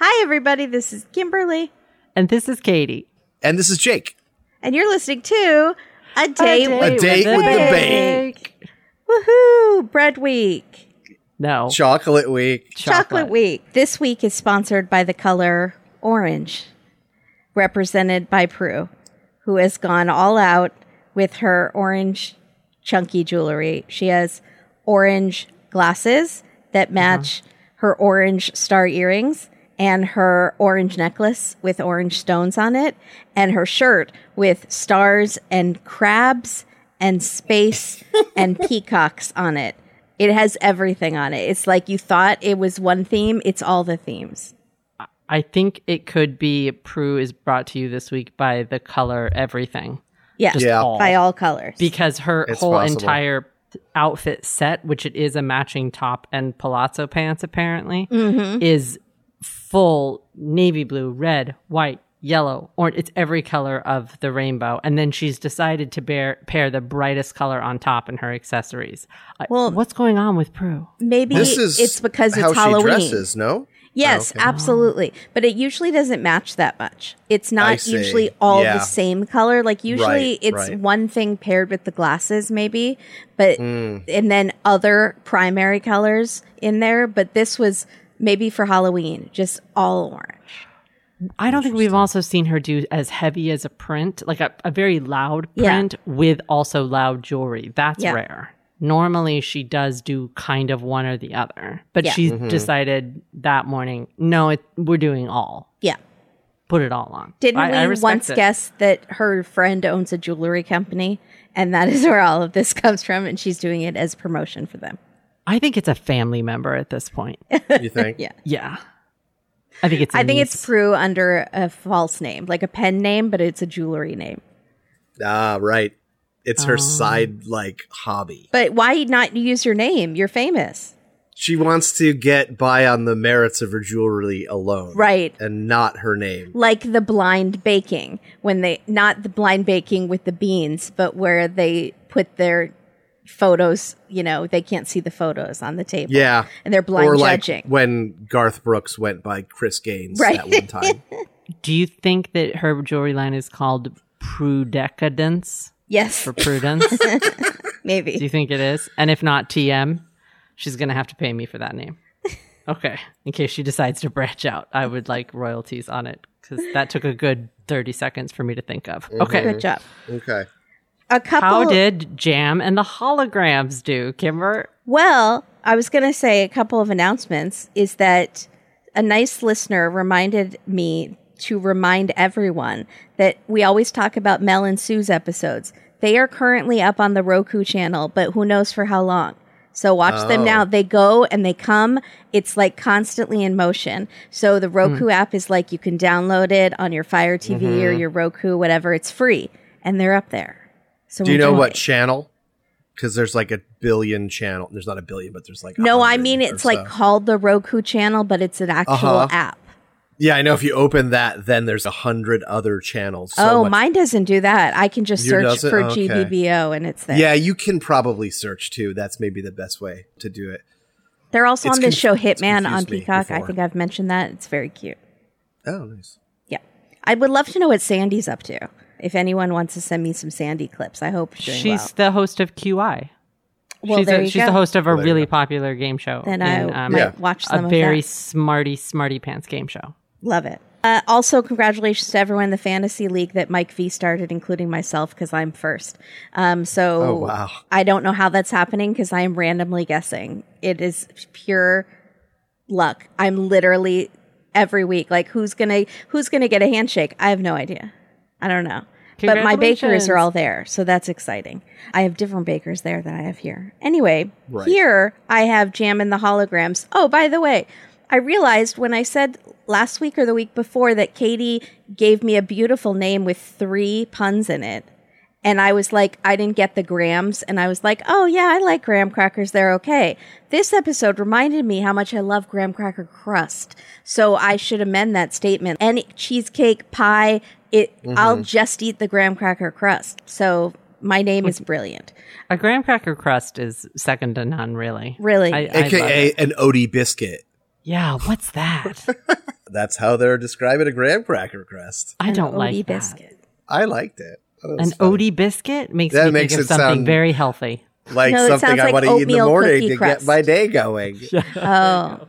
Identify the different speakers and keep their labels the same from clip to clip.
Speaker 1: Hi, everybody. This is Kimberly,
Speaker 2: And this is Katie.
Speaker 3: And this is Jake.
Speaker 1: and you're listening to A Day,
Speaker 3: A
Speaker 1: with
Speaker 3: Date with the Bank.
Speaker 1: Woohoo! Bread Week, Oh.
Speaker 2: No.
Speaker 3: Chocolate Week.
Speaker 1: Chocolate. Week. This week is sponsored by the color orange, represented by Prue, who has gone all out with her orange chunky jewelry. She has orange glasses
Speaker 2: Uh-huh.
Speaker 1: that match her orange star earrings and her orange necklace with orange stones on it and her shirt with stars and crabs and space and peacocks on it. It has everything on it. It's like you thought it was one theme, it's all the themes.
Speaker 2: I think it could be Prue is brought to you this week by the color everything.
Speaker 1: Yeah.
Speaker 2: Just
Speaker 3: Yeah.
Speaker 2: all.
Speaker 1: By all colors.
Speaker 2: Because her
Speaker 3: It's
Speaker 2: whole
Speaker 3: possible.
Speaker 2: entire outfit set, which it is a matching top and palazzo pants apparently,
Speaker 1: Mm-hmm.
Speaker 2: is full navy blue, red, white, yellow, orange. It's every color of the rainbow. And then she's decided to bear, pair the brightest color on top in her accessories. I-
Speaker 1: Well-
Speaker 2: what's going on with Prue?
Speaker 1: Maybe
Speaker 3: This is
Speaker 1: it's because it's
Speaker 3: how
Speaker 1: Halloween.
Speaker 3: she dresses, no?
Speaker 1: Yes,
Speaker 3: Oh, okay.
Speaker 1: absolutely. But it usually doesn't match that much. It's not
Speaker 3: see.
Speaker 1: usually all
Speaker 3: Yeah.
Speaker 1: the same color. Like usually
Speaker 3: Right,
Speaker 1: it's
Speaker 3: right.
Speaker 1: one thing paired with the glasses maybe, but
Speaker 3: Hmm.
Speaker 1: and then other primary colors in there, but this was maybe for Halloween, just all orange.
Speaker 2: I don't think we've also seen her do as heavy as a print, like a, a very loud
Speaker 1: Yeah.
Speaker 2: print with also loud jewelry. That's
Speaker 1: Yeah.
Speaker 2: rare. Normally, she does do kind of one or the other, but
Speaker 1: Yeah.
Speaker 2: she decided that morning, no, it, we're doing all.
Speaker 1: Yeah.
Speaker 2: Put it all on.
Speaker 1: Didn't
Speaker 2: I- I
Speaker 1: we
Speaker 2: respect
Speaker 1: once
Speaker 2: it.
Speaker 1: guess that her friend owns a jewelry company and that is where all of this comes from and she's doing it as promotion for them.
Speaker 2: I think it's a family member at this point.
Speaker 3: You think?
Speaker 1: Yeah.
Speaker 2: yeah, I think it's. I
Speaker 1: I think it's Prue under a false name, like a pen name, but it's a jewelry name.
Speaker 3: Ah, right. It's
Speaker 1: Ah.
Speaker 3: her side like hobby.
Speaker 1: But why not use your name? You're famous.
Speaker 3: She wants to get by on the merits of her jewelry alone.
Speaker 1: Right.
Speaker 3: And not her name.
Speaker 1: Like the blind baking, when they, not the blind baking with the beans, but where they put their photos, you know, they can't see the photos on the table.
Speaker 3: Yeah.
Speaker 1: And they're blind
Speaker 3: or like
Speaker 1: judging.
Speaker 3: when Garth Brooks went by Chris Gaines
Speaker 1: Right.
Speaker 3: that one time.
Speaker 2: Do you think that her jewelry line is called Prudecadence
Speaker 1: yes,
Speaker 2: for prudence? Do
Speaker 1: maybe.
Speaker 2: you think it is? And if not, TM, she's going to have to pay me for that name. Okay. In case she decides to branch out, I would like royalties on it because that took a good 30 seconds for me to think of.
Speaker 3: Mm-hmm.
Speaker 2: Okay.
Speaker 1: Good job.
Speaker 3: okay.
Speaker 1: A couple.
Speaker 2: How did Jam and the holograms do, Kimber?
Speaker 1: Well, I was going to say a couple of announcements is that a nice listener reminded me to remind everyone that we always talk about Mel and Sue's episodes. They are currently up on the Roku channel, but who knows for how long. So watch them
Speaker 3: Oh.
Speaker 1: now. They go and they come. It's like constantly in motion. So
Speaker 3: Hmm.
Speaker 1: the Roku app is like you can download it on your Fire TV or
Speaker 3: Mm-hmm.
Speaker 1: your Roku, whatever. It's free and they're up there. So
Speaker 3: Do you know
Speaker 1: enjoy.
Speaker 3: what channel? Because there's like a billion channel. There's not a billion, but there's like a
Speaker 1: No, I
Speaker 3: hundred
Speaker 1: mean
Speaker 3: or
Speaker 1: it's like
Speaker 3: so.
Speaker 1: called the Roku channel, but it's an actual
Speaker 3: Uh-huh.
Speaker 1: app.
Speaker 3: yeah. I know if you open that, then there's a hundred other channels. So
Speaker 1: oh,
Speaker 3: much-
Speaker 1: mine doesn't do that. I can just
Speaker 3: Yours
Speaker 1: search
Speaker 3: doesn't?
Speaker 1: for
Speaker 3: Oh, okay.
Speaker 1: GBBO and it's there.
Speaker 3: Yeah, you can probably search too. That's maybe the best way to do it.
Speaker 1: They're also
Speaker 3: It's
Speaker 1: on this
Speaker 3: conf-
Speaker 1: show
Speaker 3: it's
Speaker 1: Hitman on
Speaker 3: confused me
Speaker 1: Peacock. I
Speaker 3: before.
Speaker 1: think I've mentioned that. It's very cute.
Speaker 3: Oh, nice.
Speaker 1: Yeah. I would love to know what Sandy's up to. If anyone wants to send me some Sandy clips, I hope she's doing
Speaker 2: She's the host of QI.
Speaker 1: well. Well,
Speaker 2: she's
Speaker 1: there
Speaker 2: a,
Speaker 1: you
Speaker 2: she's
Speaker 1: go.
Speaker 2: the host of a
Speaker 3: there you
Speaker 2: really
Speaker 3: go.
Speaker 2: popular game show.
Speaker 1: Then
Speaker 2: in,
Speaker 1: I
Speaker 2: um,
Speaker 1: might
Speaker 3: Yeah.
Speaker 1: watch some
Speaker 2: a
Speaker 1: of
Speaker 2: very
Speaker 1: that.
Speaker 2: smarty, smarty pants game show.
Speaker 1: Love it. Uh, also, congratulations to everyone in the fantasy league that Mike V started, including myself, because I'm first. Um, so
Speaker 3: Oh, wow.
Speaker 1: I don't know how that's happening because I am randomly guessing. It is pure luck. I'm literally every week like, who's gonna who's gonna get a handshake? I have no idea. I don't know. But my bakers
Speaker 2: Congratulations.
Speaker 1: are all there, so that's exciting. I have different bakers there than I have here. Anyway, here I have Jam and the Holograms. Oh, by the way, I realized when I said last week or the week before that Katie gave me a beautiful name with three puns in it. And I was like, I didn't get the grams. And I was like, oh, yeah, I like graham crackers. They're okay. This episode reminded me how much I love graham cracker crust. So I should amend that statement. Any cheesecake, pie, it,
Speaker 2: Mm-hmm.
Speaker 1: I'll just eat the graham cracker crust. So my name is brilliant.
Speaker 2: A graham cracker crust is second to none, really.
Speaker 1: Really.
Speaker 2: I, I love it.
Speaker 3: AKA an Odie biscuit.
Speaker 2: yeah. What's that?
Speaker 3: That's how they're describing a graham cracker crust.
Speaker 2: I don't
Speaker 1: An
Speaker 2: like
Speaker 1: Odie
Speaker 2: that.
Speaker 1: biscuit.
Speaker 3: I liked it. I thought it was
Speaker 2: An
Speaker 3: funny.
Speaker 2: Odie biscuit makes
Speaker 3: That
Speaker 2: me
Speaker 3: makes
Speaker 2: think of
Speaker 3: it
Speaker 2: something
Speaker 3: sound-
Speaker 2: very healthy.
Speaker 3: like
Speaker 1: No, it
Speaker 3: something
Speaker 1: sounds
Speaker 3: I
Speaker 1: like
Speaker 3: want to eat in the
Speaker 1: oatmeal
Speaker 3: morning
Speaker 1: cookie
Speaker 3: to
Speaker 1: crust.
Speaker 3: get my day going.
Speaker 1: Oh.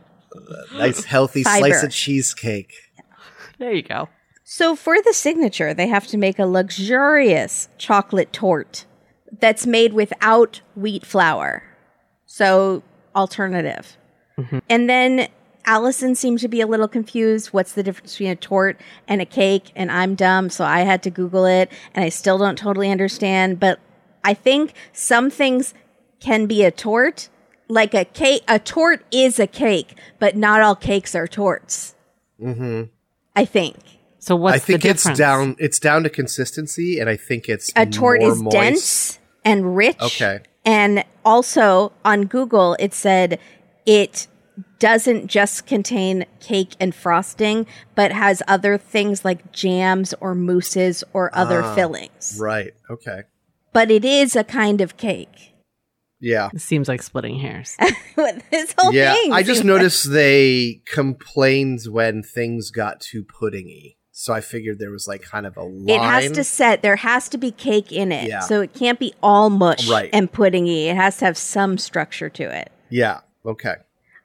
Speaker 3: nice healthy slice
Speaker 1: Fiber.
Speaker 3: of cheesecake.
Speaker 2: There you go.
Speaker 1: So for the signature, they have to make a luxurious chocolate torte that's made without wheat flour. So alternative. And then Allison seemed to be a little confused. What's the difference between a torte and a cake? And I'm dumb, so I had to Google it, and I still don't totally understand. But I think some things can be a torte, like a cake. A torte is a cake, but not all cakes are torts. Mm-hmm. I think.
Speaker 2: So what's
Speaker 3: I think
Speaker 2: the
Speaker 3: it's
Speaker 2: difference?
Speaker 3: down. It's down to consistency, and I think it's
Speaker 1: a tort
Speaker 3: more
Speaker 1: is
Speaker 3: moist.
Speaker 1: dense and rich.
Speaker 3: Okay.
Speaker 1: And also on Google, it said it doesn't just contain cake and frosting, but has other things like jams or mousses or other
Speaker 3: Ah.
Speaker 1: fillings.
Speaker 3: Right. Okay.
Speaker 1: But it is a kind of cake.
Speaker 3: Yeah.
Speaker 2: It seems like splitting hairs.
Speaker 1: this whole
Speaker 3: yeah.
Speaker 1: thing.
Speaker 3: I just
Speaker 1: seems-
Speaker 3: noticed they complained when things got too puddingy, so I figured there was like kind of a line.
Speaker 1: It has to set. There has to be cake in it,
Speaker 3: Yeah.
Speaker 1: so it can't be all mush
Speaker 3: Right.
Speaker 1: and puddingy. It has to have some structure to it.
Speaker 3: yeah. Okay.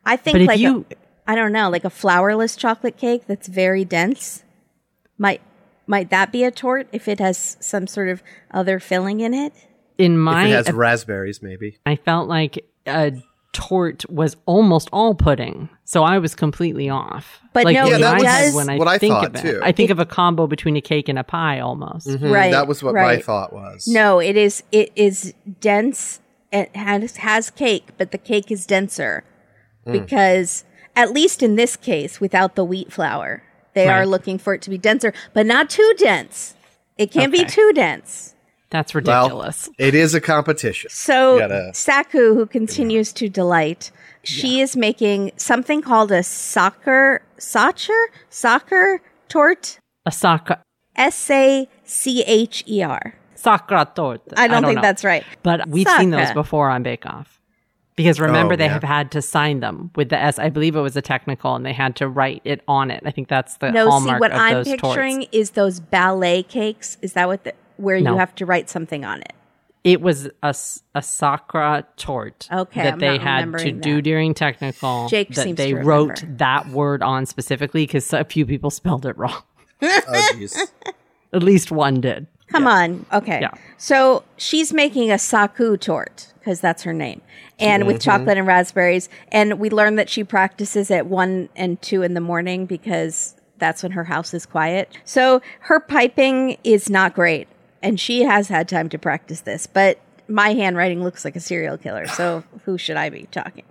Speaker 1: I think
Speaker 2: but if
Speaker 1: like a-
Speaker 2: you
Speaker 1: I don't know, like a flourless chocolate cake that's very dense. Might might that be a tort if it has some sort of other filling in it?
Speaker 2: in
Speaker 3: if
Speaker 2: my
Speaker 3: it has raspberries, maybe.
Speaker 2: I felt like a tort was almost all pudding, so I was completely off.
Speaker 1: But
Speaker 2: like,
Speaker 1: no,
Speaker 2: in
Speaker 1: Yeah, that
Speaker 2: my head
Speaker 1: was
Speaker 2: when I
Speaker 3: what I
Speaker 2: think
Speaker 3: thought,
Speaker 2: of it,
Speaker 3: too.
Speaker 2: I think of a combo between a cake and a pie almost.
Speaker 3: Mhm,
Speaker 1: Right,
Speaker 3: That was what my
Speaker 1: right.
Speaker 3: thought was.
Speaker 1: No, it is it is dense. It has has cake, but the cake is denser
Speaker 3: Hmm.
Speaker 1: because at least in this case without the wheat flour. They are
Speaker 2: Right.
Speaker 1: looking for it to be denser, but not too dense. It can't be
Speaker 2: Okay.
Speaker 1: too dense.
Speaker 2: That's
Speaker 3: Well,
Speaker 2: ridiculous.
Speaker 3: it is a competition.
Speaker 1: So
Speaker 3: You gotta-
Speaker 1: Saku, who continues to delight, she is making something called a soccer soccer soccer tort.
Speaker 2: a soccer
Speaker 1: S a c h e r.
Speaker 2: sacra tort.
Speaker 1: I don't think
Speaker 2: know.
Speaker 1: that's right.
Speaker 2: But we've seen those
Speaker 1: Sacca.
Speaker 2: before on Bake Off. Because remember,
Speaker 3: Oh,
Speaker 2: they
Speaker 3: yeah.
Speaker 2: have had to sign them with the S. I believe it was a technical, and they had to write it on it. I think that's the
Speaker 1: No, see
Speaker 2: hallmark
Speaker 1: what
Speaker 2: of
Speaker 1: I'm
Speaker 2: those
Speaker 1: picturing
Speaker 2: torts.
Speaker 1: is those ballet cakes. Is that what the, where
Speaker 2: No.
Speaker 1: you have to write something on it?
Speaker 2: It was a, s- a sacra tort
Speaker 1: Okay,
Speaker 2: that
Speaker 1: I'm
Speaker 2: they
Speaker 1: not
Speaker 2: had to
Speaker 1: remembering
Speaker 2: do
Speaker 1: that.
Speaker 2: during technical.
Speaker 1: Jake
Speaker 2: that
Speaker 1: seems
Speaker 2: they
Speaker 1: to
Speaker 2: wrote
Speaker 1: remember.
Speaker 2: that word on specifically because a few people spelled it wrong.
Speaker 3: Oh, jeez.
Speaker 2: At least one did.
Speaker 1: Come on. Okay.
Speaker 2: Yeah.
Speaker 1: So she's making a Saku tort because that's her name, and with chocolate and raspberries. And we learned that she practices at one and two in the morning because that's when her house is quiet. So her piping is not great, and she has had time to practice this, but. My handwriting looks like a serial killer, so who should I be talking?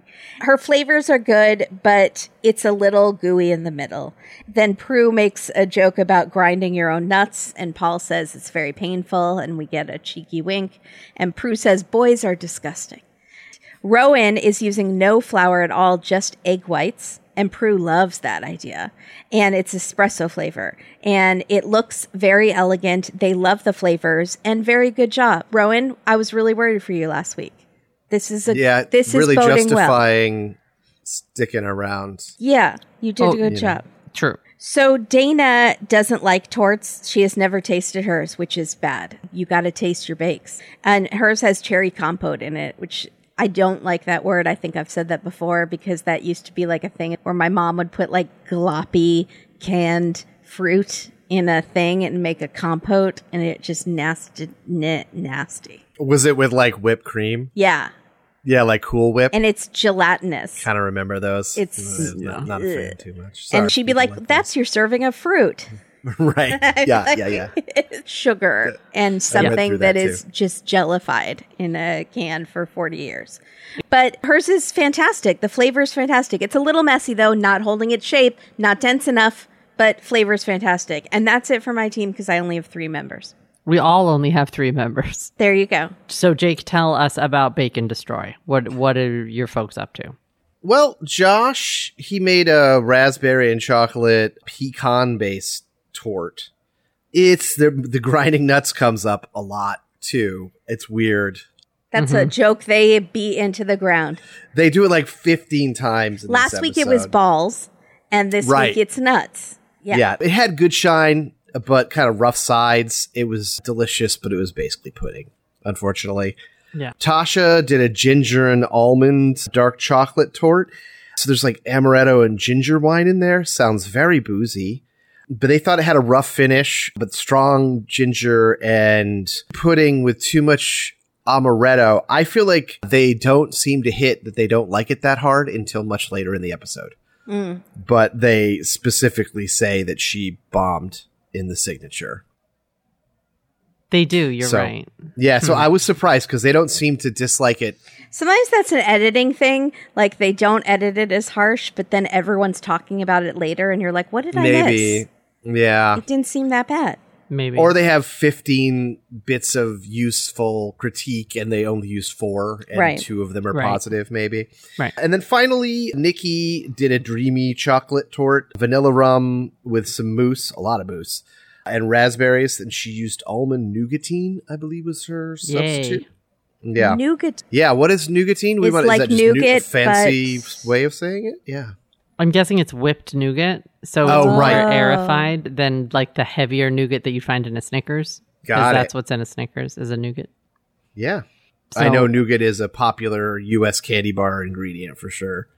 Speaker 1: Her flavors are good, but it's a little gooey in the middle. Then Prue makes a joke about grinding your own nuts, and Paul says it's very painful, and we get a cheeky wink. And Prue says boys are disgusting. Rowan is using no flour at all, just egg whites. And Prue loves that idea. And it's espresso flavor. And it looks very elegant. They love the flavors and very good job. Rowan, I was really worried for you last week. This is a
Speaker 3: Yeah.
Speaker 1: this is
Speaker 3: really
Speaker 1: boding well.
Speaker 3: justifying sticking around.
Speaker 1: Yeah, you did
Speaker 2: Oh,
Speaker 1: a good
Speaker 3: you know.
Speaker 1: job.
Speaker 2: True.
Speaker 1: So Dana doesn't like torts. She has never tasted hers, which is bad. You got to taste your bakes. And hers has cherry compote in it, which I don't like that word. I think I've said that before because that used to be like a thing where my mom would put like gloppy canned fruit in a thing and make a compote and it just nasty na- nasty.
Speaker 3: Was it with like whipped cream?
Speaker 1: Yeah.
Speaker 3: Yeah, like Cool Whip.
Speaker 1: And it's gelatinous.
Speaker 3: kind of remember those.
Speaker 1: It's-
Speaker 3: Uh, not, not a fan too much. Sorry,
Speaker 1: And she'd be
Speaker 3: people
Speaker 1: like, "That's your serving of fruit."
Speaker 3: that." right. Yeah, yeah, yeah.
Speaker 1: sugar and
Speaker 3: went
Speaker 1: something
Speaker 3: through that
Speaker 1: that is
Speaker 3: too.
Speaker 1: just jellified in a can for 40 years. But hers is fantastic. The flavor is fantastic. It's a little messy though, not holding its shape, not dense enough, but flavor is fantastic. And that's it for my team because I only have three members.
Speaker 2: We all only have three members.
Speaker 1: There you go.
Speaker 2: So, Jake, tell us about Bake and Destroy. What What are your folks up to?
Speaker 3: Well, Josh, he made a raspberry and chocolate pecan based tort. It's the the grinding nuts comes up a lot too. It's weird.
Speaker 1: That's
Speaker 3: Mm-hmm.
Speaker 1: a joke they beat into the ground.
Speaker 3: They do it like fifteen times. In this
Speaker 1: Last week it was
Speaker 3: episode.
Speaker 1: balls. and this
Speaker 3: Right.
Speaker 1: week it's nuts. Yeah.
Speaker 3: Yeah. it had good shine, but kind of rough sides. It was delicious, but it was basically pudding, unfortunately.
Speaker 2: Yeah.
Speaker 3: Tasha did a ginger and almond dark chocolate tort. So there's like amaretto and ginger wine in there. Sounds very boozy. But they thought it had a rough finish, but strong ginger and pudding with too much amaretto. I feel like they don't seem to hit that they don't like it that hard until much later in the episode
Speaker 1: Mm.
Speaker 3: but they specifically say that she bombed in the signature.
Speaker 2: They do. You're
Speaker 3: So-
Speaker 2: right.
Speaker 3: Yeah,
Speaker 2: Hmm.
Speaker 3: so I was surprised because they don't seem to dislike it.
Speaker 1: Sometimes that's an editing thing. Like they don't edit it as harsh, but then everyone's talking about it later, and you're like, "What did I miss?
Speaker 3: Maybe. Yeah.
Speaker 1: It didn't seem that bad."
Speaker 2: Maybe.
Speaker 3: Or they have 15 bits of useful critique and they only use four, and
Speaker 1: Right.
Speaker 3: two of them are
Speaker 2: Right.
Speaker 3: positive, maybe.
Speaker 2: Right.
Speaker 3: And then finally, Nikki did a dreamy chocolate tort, vanilla rum with some mousse, a lot of mousse, and raspberries. And she used almond nougatine, I believe was her substitute. Yeah.
Speaker 1: nougat.
Speaker 3: Yeah, what is nougatine? We
Speaker 1: It's
Speaker 3: want,
Speaker 1: like
Speaker 3: is that just nougat,
Speaker 1: nougat,
Speaker 3: a fancy
Speaker 1: but-
Speaker 3: way of saying it? Yeah.
Speaker 2: I'm guessing it's whipped nougat. So
Speaker 3: Oh,
Speaker 2: it's more
Speaker 3: right.
Speaker 2: aerified than like the heavier nougat that you find in a Snickers. 'Cause
Speaker 3: Got it.
Speaker 2: That's what's in a Snickers is a nougat.
Speaker 3: Yeah.
Speaker 2: So-
Speaker 3: I know nougat is a popular U.S. candy bar ingredient for sure.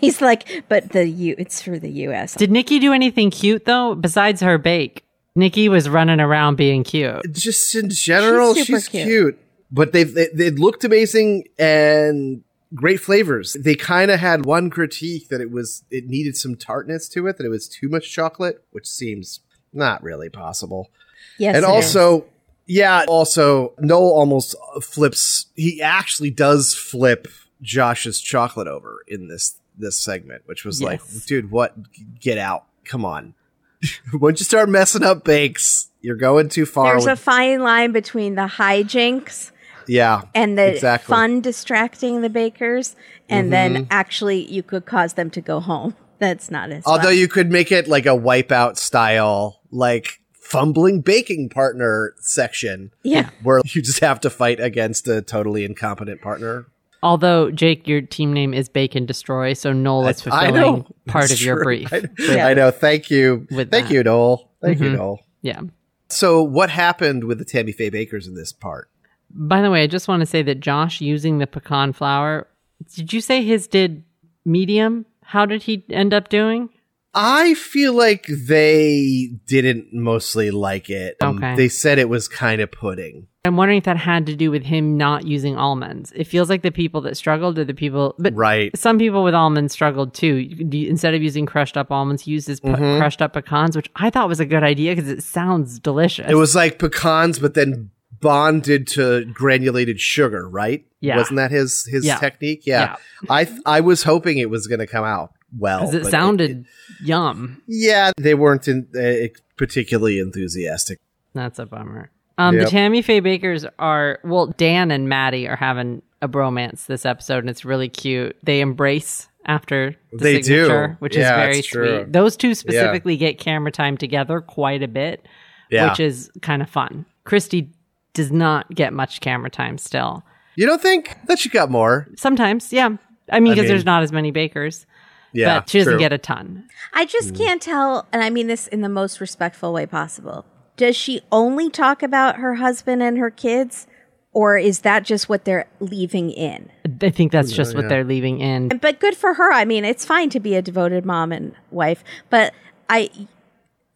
Speaker 1: He's like, "But the U, it's for the U.S."
Speaker 2: Did Nikki do anything cute though besides her bake? Nikki was running around being cute.
Speaker 3: Just in general,
Speaker 1: She's
Speaker 3: she's,
Speaker 1: super
Speaker 3: cute.
Speaker 1: cute.
Speaker 3: But they've, they, they looked amazing and great flavors. They kind of had one critique that it was, it needed some tartness to it, that it was too much chocolate, which seems not really possible.
Speaker 1: yes,
Speaker 3: and
Speaker 1: it is.
Speaker 3: also, yeah, also Noel almost flips. He actually does flip Josh's chocolate over in this this segment, which was
Speaker 2: Yes.
Speaker 3: like, dude, what? Get out! Come on! Once you start messing up bakes, you're going too far.
Speaker 1: there's a
Speaker 3: with-
Speaker 1: fine line between the hijinks
Speaker 3: yeah,
Speaker 1: and the
Speaker 3: Exactly. Mm-hmm.
Speaker 1: fun distracting the bakers, and then actually you could cause them to go home. That's not as
Speaker 3: although
Speaker 1: fun.
Speaker 3: you could make it like a wipeout style, like fumbling baking partner section,
Speaker 1: yeah.
Speaker 3: where you just have to fight against a totally incompetent partner.
Speaker 2: Although Jake, your team name is Bake and Destroy, so Noel is
Speaker 3: I
Speaker 2: fulfilling
Speaker 3: know.
Speaker 2: part
Speaker 3: It's
Speaker 2: of your
Speaker 3: true.
Speaker 2: brief.
Speaker 3: I,
Speaker 1: Yeah.
Speaker 3: I know. Thank you.
Speaker 2: With
Speaker 3: Thank
Speaker 2: that.
Speaker 3: you, Noel. Thank you,
Speaker 2: Mhm.
Speaker 3: Noel.
Speaker 2: Yeah.
Speaker 3: So, what happened with the Tammy Faye Bakers in this part?
Speaker 2: By the way, I just want to say that Josh using the pecan flour. Did you say his did medium? How did he end up doing?
Speaker 3: I feel like they didn't mostly like it. Um,
Speaker 2: Okay.
Speaker 3: They said it was kind of pudding.
Speaker 2: I'm wondering if that had to do with him not using almonds. It feels like the people that struggled are the people, but
Speaker 3: Right.
Speaker 2: some people with almonds struggled too. You- you- Instead of using crushed up almonds, he used his pe-
Speaker 3: Mhm.
Speaker 2: crushed up pecans, which I thought was a good idea because it sounds delicious.
Speaker 3: It was like pecans, but then bonded to granulated sugar, right?
Speaker 2: Yeah.
Speaker 3: Wasn't that his his
Speaker 2: Yeah.
Speaker 3: technique? Yeah. I th- I was hoping it was going to come out well.
Speaker 2: because
Speaker 3: but
Speaker 2: it sounded yum.
Speaker 3: yeah, they weren't in, uh, particularly enthusiastic.
Speaker 2: That's a bummer. Um,
Speaker 3: Yep.
Speaker 2: The Tammy Faye Bakers are well. Dan and Maddie are having a bromance this episode, and it's really cute. They embrace after the
Speaker 3: They do.
Speaker 2: signature, which is
Speaker 3: Yeah,
Speaker 2: very
Speaker 3: it's true.
Speaker 2: sweet. Those two specifically get camera time together quite a bit,
Speaker 3: Yeah.
Speaker 2: which is kind of fun. Christy does not get much camera time still.
Speaker 3: You don't think that she got more?
Speaker 2: Sometimes, yeah. I mean,
Speaker 3: I
Speaker 2: because
Speaker 3: mean-
Speaker 2: there's not as many bakers,
Speaker 3: Yeah,
Speaker 2: but she doesn't
Speaker 3: true.
Speaker 2: get a ton.
Speaker 1: I
Speaker 3: Mm.
Speaker 1: just can't tell, and I mean this in the most respectful way possible. Does she only talk about her husband and her kids, or is that just what they're leaving in?
Speaker 2: I think that's just what they're leaving in.
Speaker 1: But good for her. I mean, it's fine to be a devoted mom and wife, but I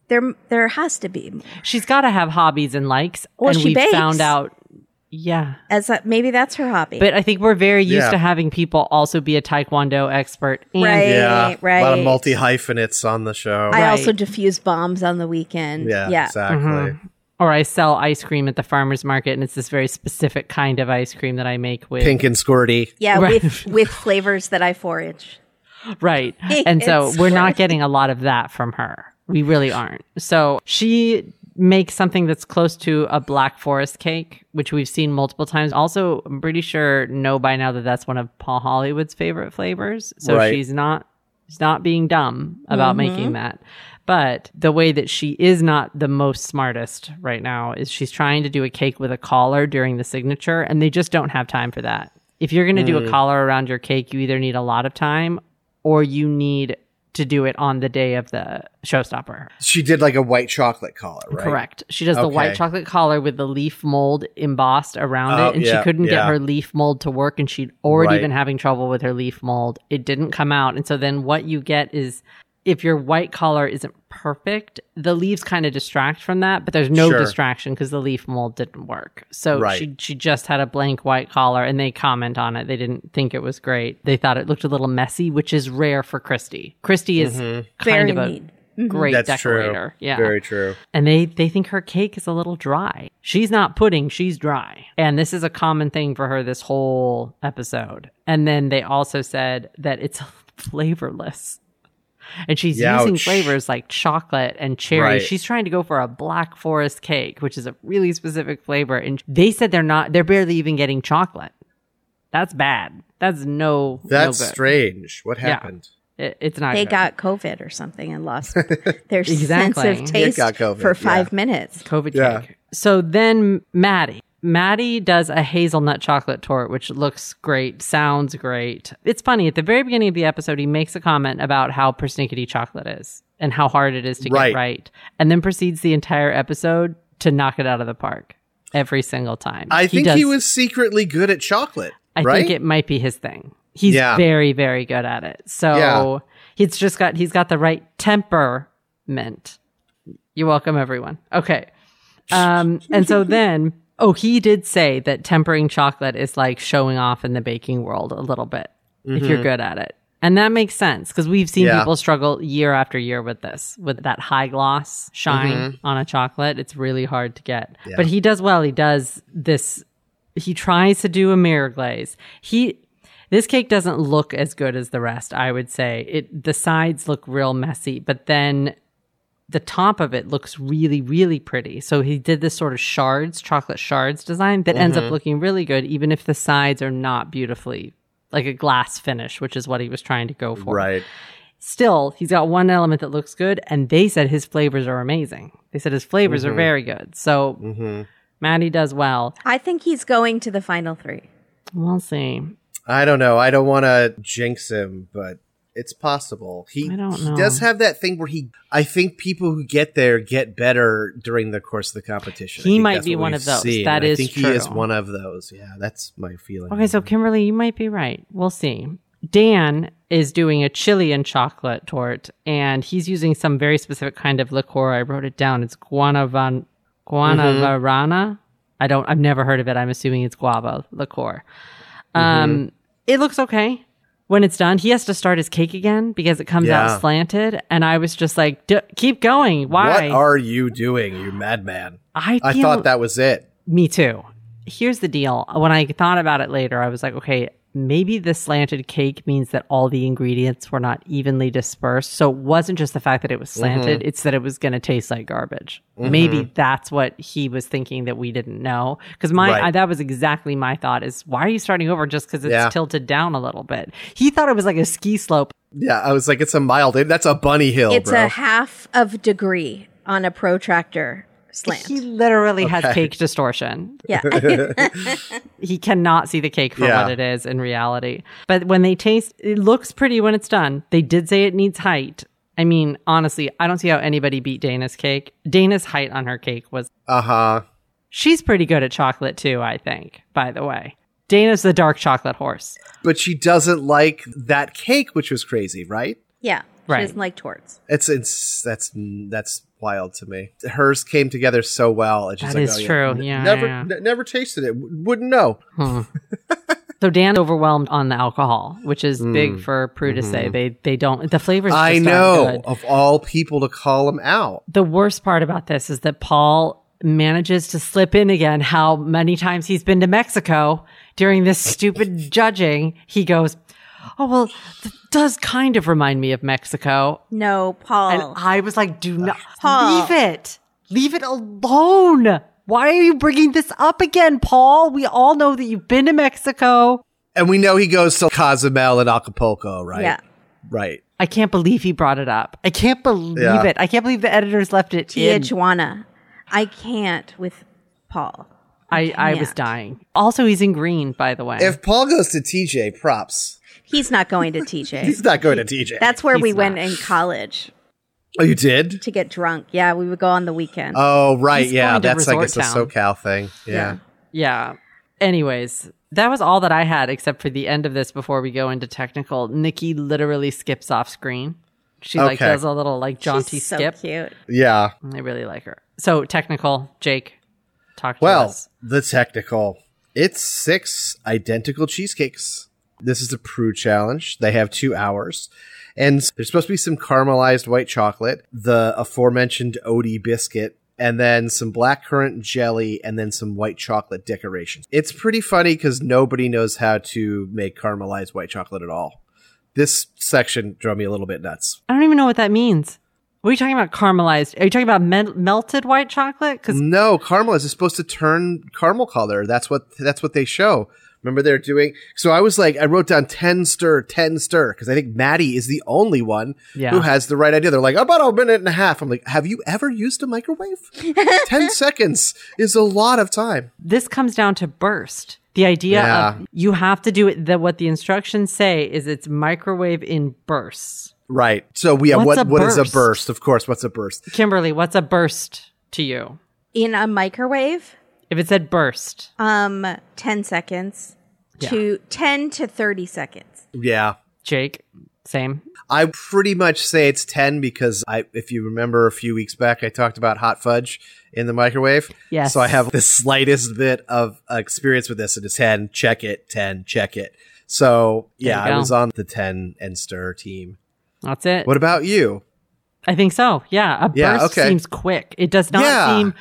Speaker 1: there there has to be
Speaker 2: She's got to have hobbies and likes,
Speaker 1: Well,
Speaker 2: and
Speaker 1: she
Speaker 2: we
Speaker 1: bakes.
Speaker 2: found out. Yeah,
Speaker 1: as a, maybe that's her hobby.
Speaker 2: But I think we're very used
Speaker 3: Yeah.
Speaker 2: to having people also be a taekwondo expert. And
Speaker 1: Right.
Speaker 3: Yeah,
Speaker 1: right.
Speaker 3: A lot of multi hyphenates on the show.
Speaker 1: I also
Speaker 2: Right.
Speaker 1: diffuse bombs on the weekend.
Speaker 3: yeah, exactly.
Speaker 2: Or I sell ice cream at the farmer's market, and it's this very specific kind of ice cream that I make with.
Speaker 3: Pink and squirty.
Speaker 1: yeah,
Speaker 2: Right.
Speaker 1: with with flavors that I forage.
Speaker 2: Right.
Speaker 1: Pink
Speaker 2: And so
Speaker 1: and
Speaker 2: we're
Speaker 1: square.
Speaker 2: not getting a lot of that from her. We really aren't. So she makes something that's close to a black forest cake, which we've seen multiple times. Also, I'm pretty sure know by now that that's one of Paul Hollywood's favorite flavors. So
Speaker 3: Right.
Speaker 2: she's not she's not being dumb about making that. But the way that she is not the most smartest right now is she's trying to do a cake with a collar during the signature, and they just don't have time for that. If you're going to do a collar around your cake, you either need a lot of time or you need to do it on the day of the showstopper.
Speaker 3: She did like a white chocolate collar, right?
Speaker 2: Correct. She does the white
Speaker 3: Okay.
Speaker 2: chocolate collar with the leaf mold embossed around
Speaker 3: Oh,
Speaker 2: it, and
Speaker 3: yeah,
Speaker 2: she couldn't get
Speaker 3: yeah.
Speaker 2: her leaf mold to work, and she'd already
Speaker 3: Right.
Speaker 2: been having trouble with her leaf mold. It didn't come out, and so then what you get is if your white collar isn't perfect, the leaves kind of distract from that, but there's no
Speaker 3: Sure.
Speaker 2: distraction because the leaf mold didn't work. So
Speaker 3: Right.
Speaker 2: she she just had a blank white collar, and they comment on it. They didn't think it was great. They thought it looked a little messy, which is rare for Christy. Christy is kind
Speaker 1: Very
Speaker 2: of a
Speaker 1: neat. Mm-hmm.
Speaker 2: great
Speaker 3: Mm-hmm. That's
Speaker 2: decorator.
Speaker 3: true.
Speaker 2: Yeah.
Speaker 3: Very true.
Speaker 2: and they they think her cake is a little dry. She's not pudding, she's dry. And this is a common thing for her this whole episode. And then they also said that it's flavorless. And she's using
Speaker 3: Youch.
Speaker 2: flavors like chocolate and cherry.
Speaker 3: Right.
Speaker 2: She's trying to go for a black forest cake, which is a really specific flavor. And they said they're not they're barely even getting chocolate. That's bad. That's no no
Speaker 3: That's
Speaker 2: good.
Speaker 3: strange. What happened?
Speaker 2: It- it's not
Speaker 1: They
Speaker 2: good.
Speaker 1: got COVID or something and lost their
Speaker 2: Exactly.
Speaker 1: sense
Speaker 2: It
Speaker 1: of taste
Speaker 3: got COVID,
Speaker 1: for five minutes.
Speaker 2: COVID
Speaker 3: Yeah.
Speaker 2: cake. So then Maddie. Maddie does a hazelnut chocolate tort, which looks great, sounds great. It's funny, at the very beginning of the episode, he makes a comment about how persnickety chocolate is and how hard it is to
Speaker 3: Right.
Speaker 2: get right, and then proceeds the entire episode to knock it out of the park every single time.
Speaker 3: I think
Speaker 2: does-
Speaker 3: he was secretly good at chocolate.
Speaker 2: I
Speaker 3: right?
Speaker 2: think it might be his thing. He's
Speaker 3: Yeah.
Speaker 2: very, very good at it. So
Speaker 3: Yeah.
Speaker 2: he's just got he's got the right temperament. You're welcome, everyone. Okay. Um, and so then, oh, he did say that tempering chocolate is like showing off in the baking world a little bit if you're good at it. And that makes sense because we've seen
Speaker 3: Yeah.
Speaker 2: people struggle year after year with this, with that high gloss shine on a chocolate. It's really hard to get. But he does well. He does this, he tries to do a mirror glaze. He, this cake doesn't look as good as the rest, I would say. It the sides look real messy, but then the top of it looks really, really pretty. So he did this sort of shards, chocolate shards design that ends up looking really good, even if the sides are not beautifully like a glass finish, which is what he was trying to go for.
Speaker 3: Right.
Speaker 2: Still, he's got one element that looks good, and they said his flavors are amazing. They said his flavors are very good. So Maddie does well.
Speaker 1: I think he's going to the final three.
Speaker 2: We'll see.
Speaker 3: I don't know. I don't want to jinx him, but it's possible. He,
Speaker 2: I don't
Speaker 3: he
Speaker 2: know.
Speaker 3: does have that thing where he. I think people who get there get better during the course of the competition. I
Speaker 2: He
Speaker 3: think
Speaker 2: might
Speaker 3: that's
Speaker 2: be
Speaker 3: what
Speaker 2: one
Speaker 3: we've
Speaker 2: of those.
Speaker 3: seen,
Speaker 2: That
Speaker 3: and
Speaker 2: is
Speaker 3: I think he is
Speaker 2: true.
Speaker 3: one of those. Yeah, that's my feeling.
Speaker 2: Okay, so Kimberly, you might be right. We'll see. Dan is doing a Chilean chocolate tort, and he's using some very specific kind of liqueur. I wrote it down. It's guanavan guanavarana. I don't. I've never heard of it. I'm assuming it's guava liqueur.
Speaker 3: Mm-hmm.
Speaker 2: Um, it looks okay when it's done. He has to start his cake again because it comes
Speaker 3: Yeah.
Speaker 2: out slanted, and I was just like, D- "Keep going. Why?"
Speaker 3: what are you doing, you madman?
Speaker 2: I
Speaker 3: I
Speaker 2: feel-
Speaker 3: thought that was it.
Speaker 2: me too. Here's the deal. When I thought about it later, I was like, okay, maybe the slanted cake means that all the ingredients were not evenly dispersed. So it wasn't just the fact that it was
Speaker 3: Mm-hmm.
Speaker 2: slanted, it's that it was going to taste like garbage. Maybe that's what he was thinking that we didn't know. Because my
Speaker 3: Right.
Speaker 2: I, that was exactly my thought is why are you starting over just because it's
Speaker 3: Yeah.
Speaker 2: tilted down a little bit? He thought it was like a ski slope.
Speaker 3: Yeah, I was like, it's a mild. That's a bunny hill,
Speaker 1: It's
Speaker 3: Oh, bro.
Speaker 1: a half of degree on a protractor slant.
Speaker 2: He literally has cake distortion.
Speaker 1: yeah.
Speaker 2: he cannot see the cake for
Speaker 3: Yeah.
Speaker 2: what it is in reality. But when they taste, it looks pretty when it's done. They did say it needs height. I mean, honestly, I don't see how anybody beat Dana's cake. Dana's height on her cake was.
Speaker 3: uh huh.
Speaker 2: She's pretty good at chocolate too, I think, by the way. Dana's the dark chocolate horse.
Speaker 3: But she doesn't like that cake, which was crazy, right?
Speaker 1: yeah.
Speaker 2: Right.
Speaker 1: She doesn't like torts.
Speaker 3: It's it's that's that's wild to me. Hers came together so well. And she's
Speaker 2: That
Speaker 3: like,
Speaker 2: is
Speaker 3: "Oh,
Speaker 2: true.
Speaker 3: n-
Speaker 2: Yeah,
Speaker 3: never
Speaker 2: yeah.
Speaker 3: n- never tasted it. W- wouldn't know.
Speaker 2: So Dan's overwhelmed on the alcohol, which is big for Prue to say. They they don't the flavors. Just
Speaker 3: Mm. Mm-hmm. I
Speaker 2: aren't
Speaker 3: know
Speaker 2: good.
Speaker 3: of all people to call him out.
Speaker 2: the worst part about this is that Paul manages to slip in again how many times he's been to Mexico during this stupid judging. He goes, Oh, well, th- does kind of remind me of Mexico.
Speaker 1: No,
Speaker 2: And
Speaker 1: Paul.
Speaker 2: I was like, Do not
Speaker 1: Paul.
Speaker 2: leave it. Leave it alone. Why are you bringing this up again, Paul? We all know that you've been to Mexico.
Speaker 3: And we know he goes to Cozumel and Acapulco, right?
Speaker 1: Yeah.
Speaker 3: Right.
Speaker 2: I can't believe he brought it up. I can't believe
Speaker 3: Yeah.
Speaker 2: it. I can't believe the editors left it in.
Speaker 1: Tijuana. I can't with Paul.
Speaker 2: I, I was
Speaker 1: can't.
Speaker 2: dying. Also, he's in green, by the way.
Speaker 3: If Paul goes to TJ, props.
Speaker 1: He's not going to TJ.
Speaker 3: He's not going to TJ.
Speaker 1: That's where
Speaker 2: He's
Speaker 1: we went
Speaker 2: not.
Speaker 1: in college
Speaker 3: oh, you did?
Speaker 1: to get drunk. Yeah, we would go on the weekend.
Speaker 3: Oh, right.
Speaker 2: He's
Speaker 3: Yeah.
Speaker 2: going to
Speaker 3: That's, I
Speaker 2: Resort
Speaker 3: guess, a
Speaker 2: Town.
Speaker 3: SoCal thing. Yeah.
Speaker 2: Yeah. Anyways, that was all that I had, except for the end of this before we go into technical. Nikki literally skips off screen. She like
Speaker 3: Okay.
Speaker 2: does a little like jaunty
Speaker 1: She's so
Speaker 2: skip.
Speaker 1: cute.
Speaker 3: Yeah.
Speaker 2: I really like her. So technical, Jake, talk to
Speaker 3: Well,
Speaker 2: us.
Speaker 3: the technical. It's six identical cheesecakes. This is the Prue challenge. They have two hours. And s- there's supposed to be some caramelized white chocolate, the aforementioned Odie biscuit, and then some blackcurrant jelly, and then some white chocolate decorations. It's pretty funny because nobody knows how to make caramelized white chocolate at all. This section drove me a little bit nuts.
Speaker 2: I don't even know what that means. What are you talking about? Caramelized? Are you talking about mel- melted white chocolate? Because
Speaker 3: No, caramel is supposed to turn caramel color. That's what that's what they show. Remember they're doing. So I was like, I wrote down ten stir, ten stir, because I think Maddie is the only one
Speaker 2: Yeah.
Speaker 3: who has the right idea. They're like about a minute and a half. I'm like, have you ever used a microwave? ten seconds is a lot of time.
Speaker 2: this comes down to burst. The idea
Speaker 3: Yeah.
Speaker 2: of you have to do it. That what the instructions say is it's microwave in bursts.
Speaker 3: Right. So we yeah,
Speaker 2: What's
Speaker 3: what
Speaker 2: a
Speaker 3: what is a
Speaker 2: burst?
Speaker 3: burst? Of course, what's a burst?
Speaker 2: Kimberly, what's a burst to you?
Speaker 1: In a microwave,
Speaker 2: If it said burst,
Speaker 1: um, 10 seconds to 10 to 30 seconds.
Speaker 3: Yeah.
Speaker 2: Jake, same.
Speaker 3: I pretty much say it's 10 because I if you remember a few weeks back I talked about hot fudge in the microwave.
Speaker 2: Yes.
Speaker 3: So I have the slightest bit of uh, experience with this and it's 10, check it, 10, check it. So, yeah,
Speaker 2: you
Speaker 3: I
Speaker 2: go.
Speaker 3: was on the 10 and stir team.
Speaker 2: That's it.
Speaker 3: What about you?
Speaker 2: I think so. Yeah. A
Speaker 3: Yeah,
Speaker 2: burst
Speaker 3: okay.
Speaker 2: seems quick. It does not
Speaker 3: Yeah.
Speaker 2: seem.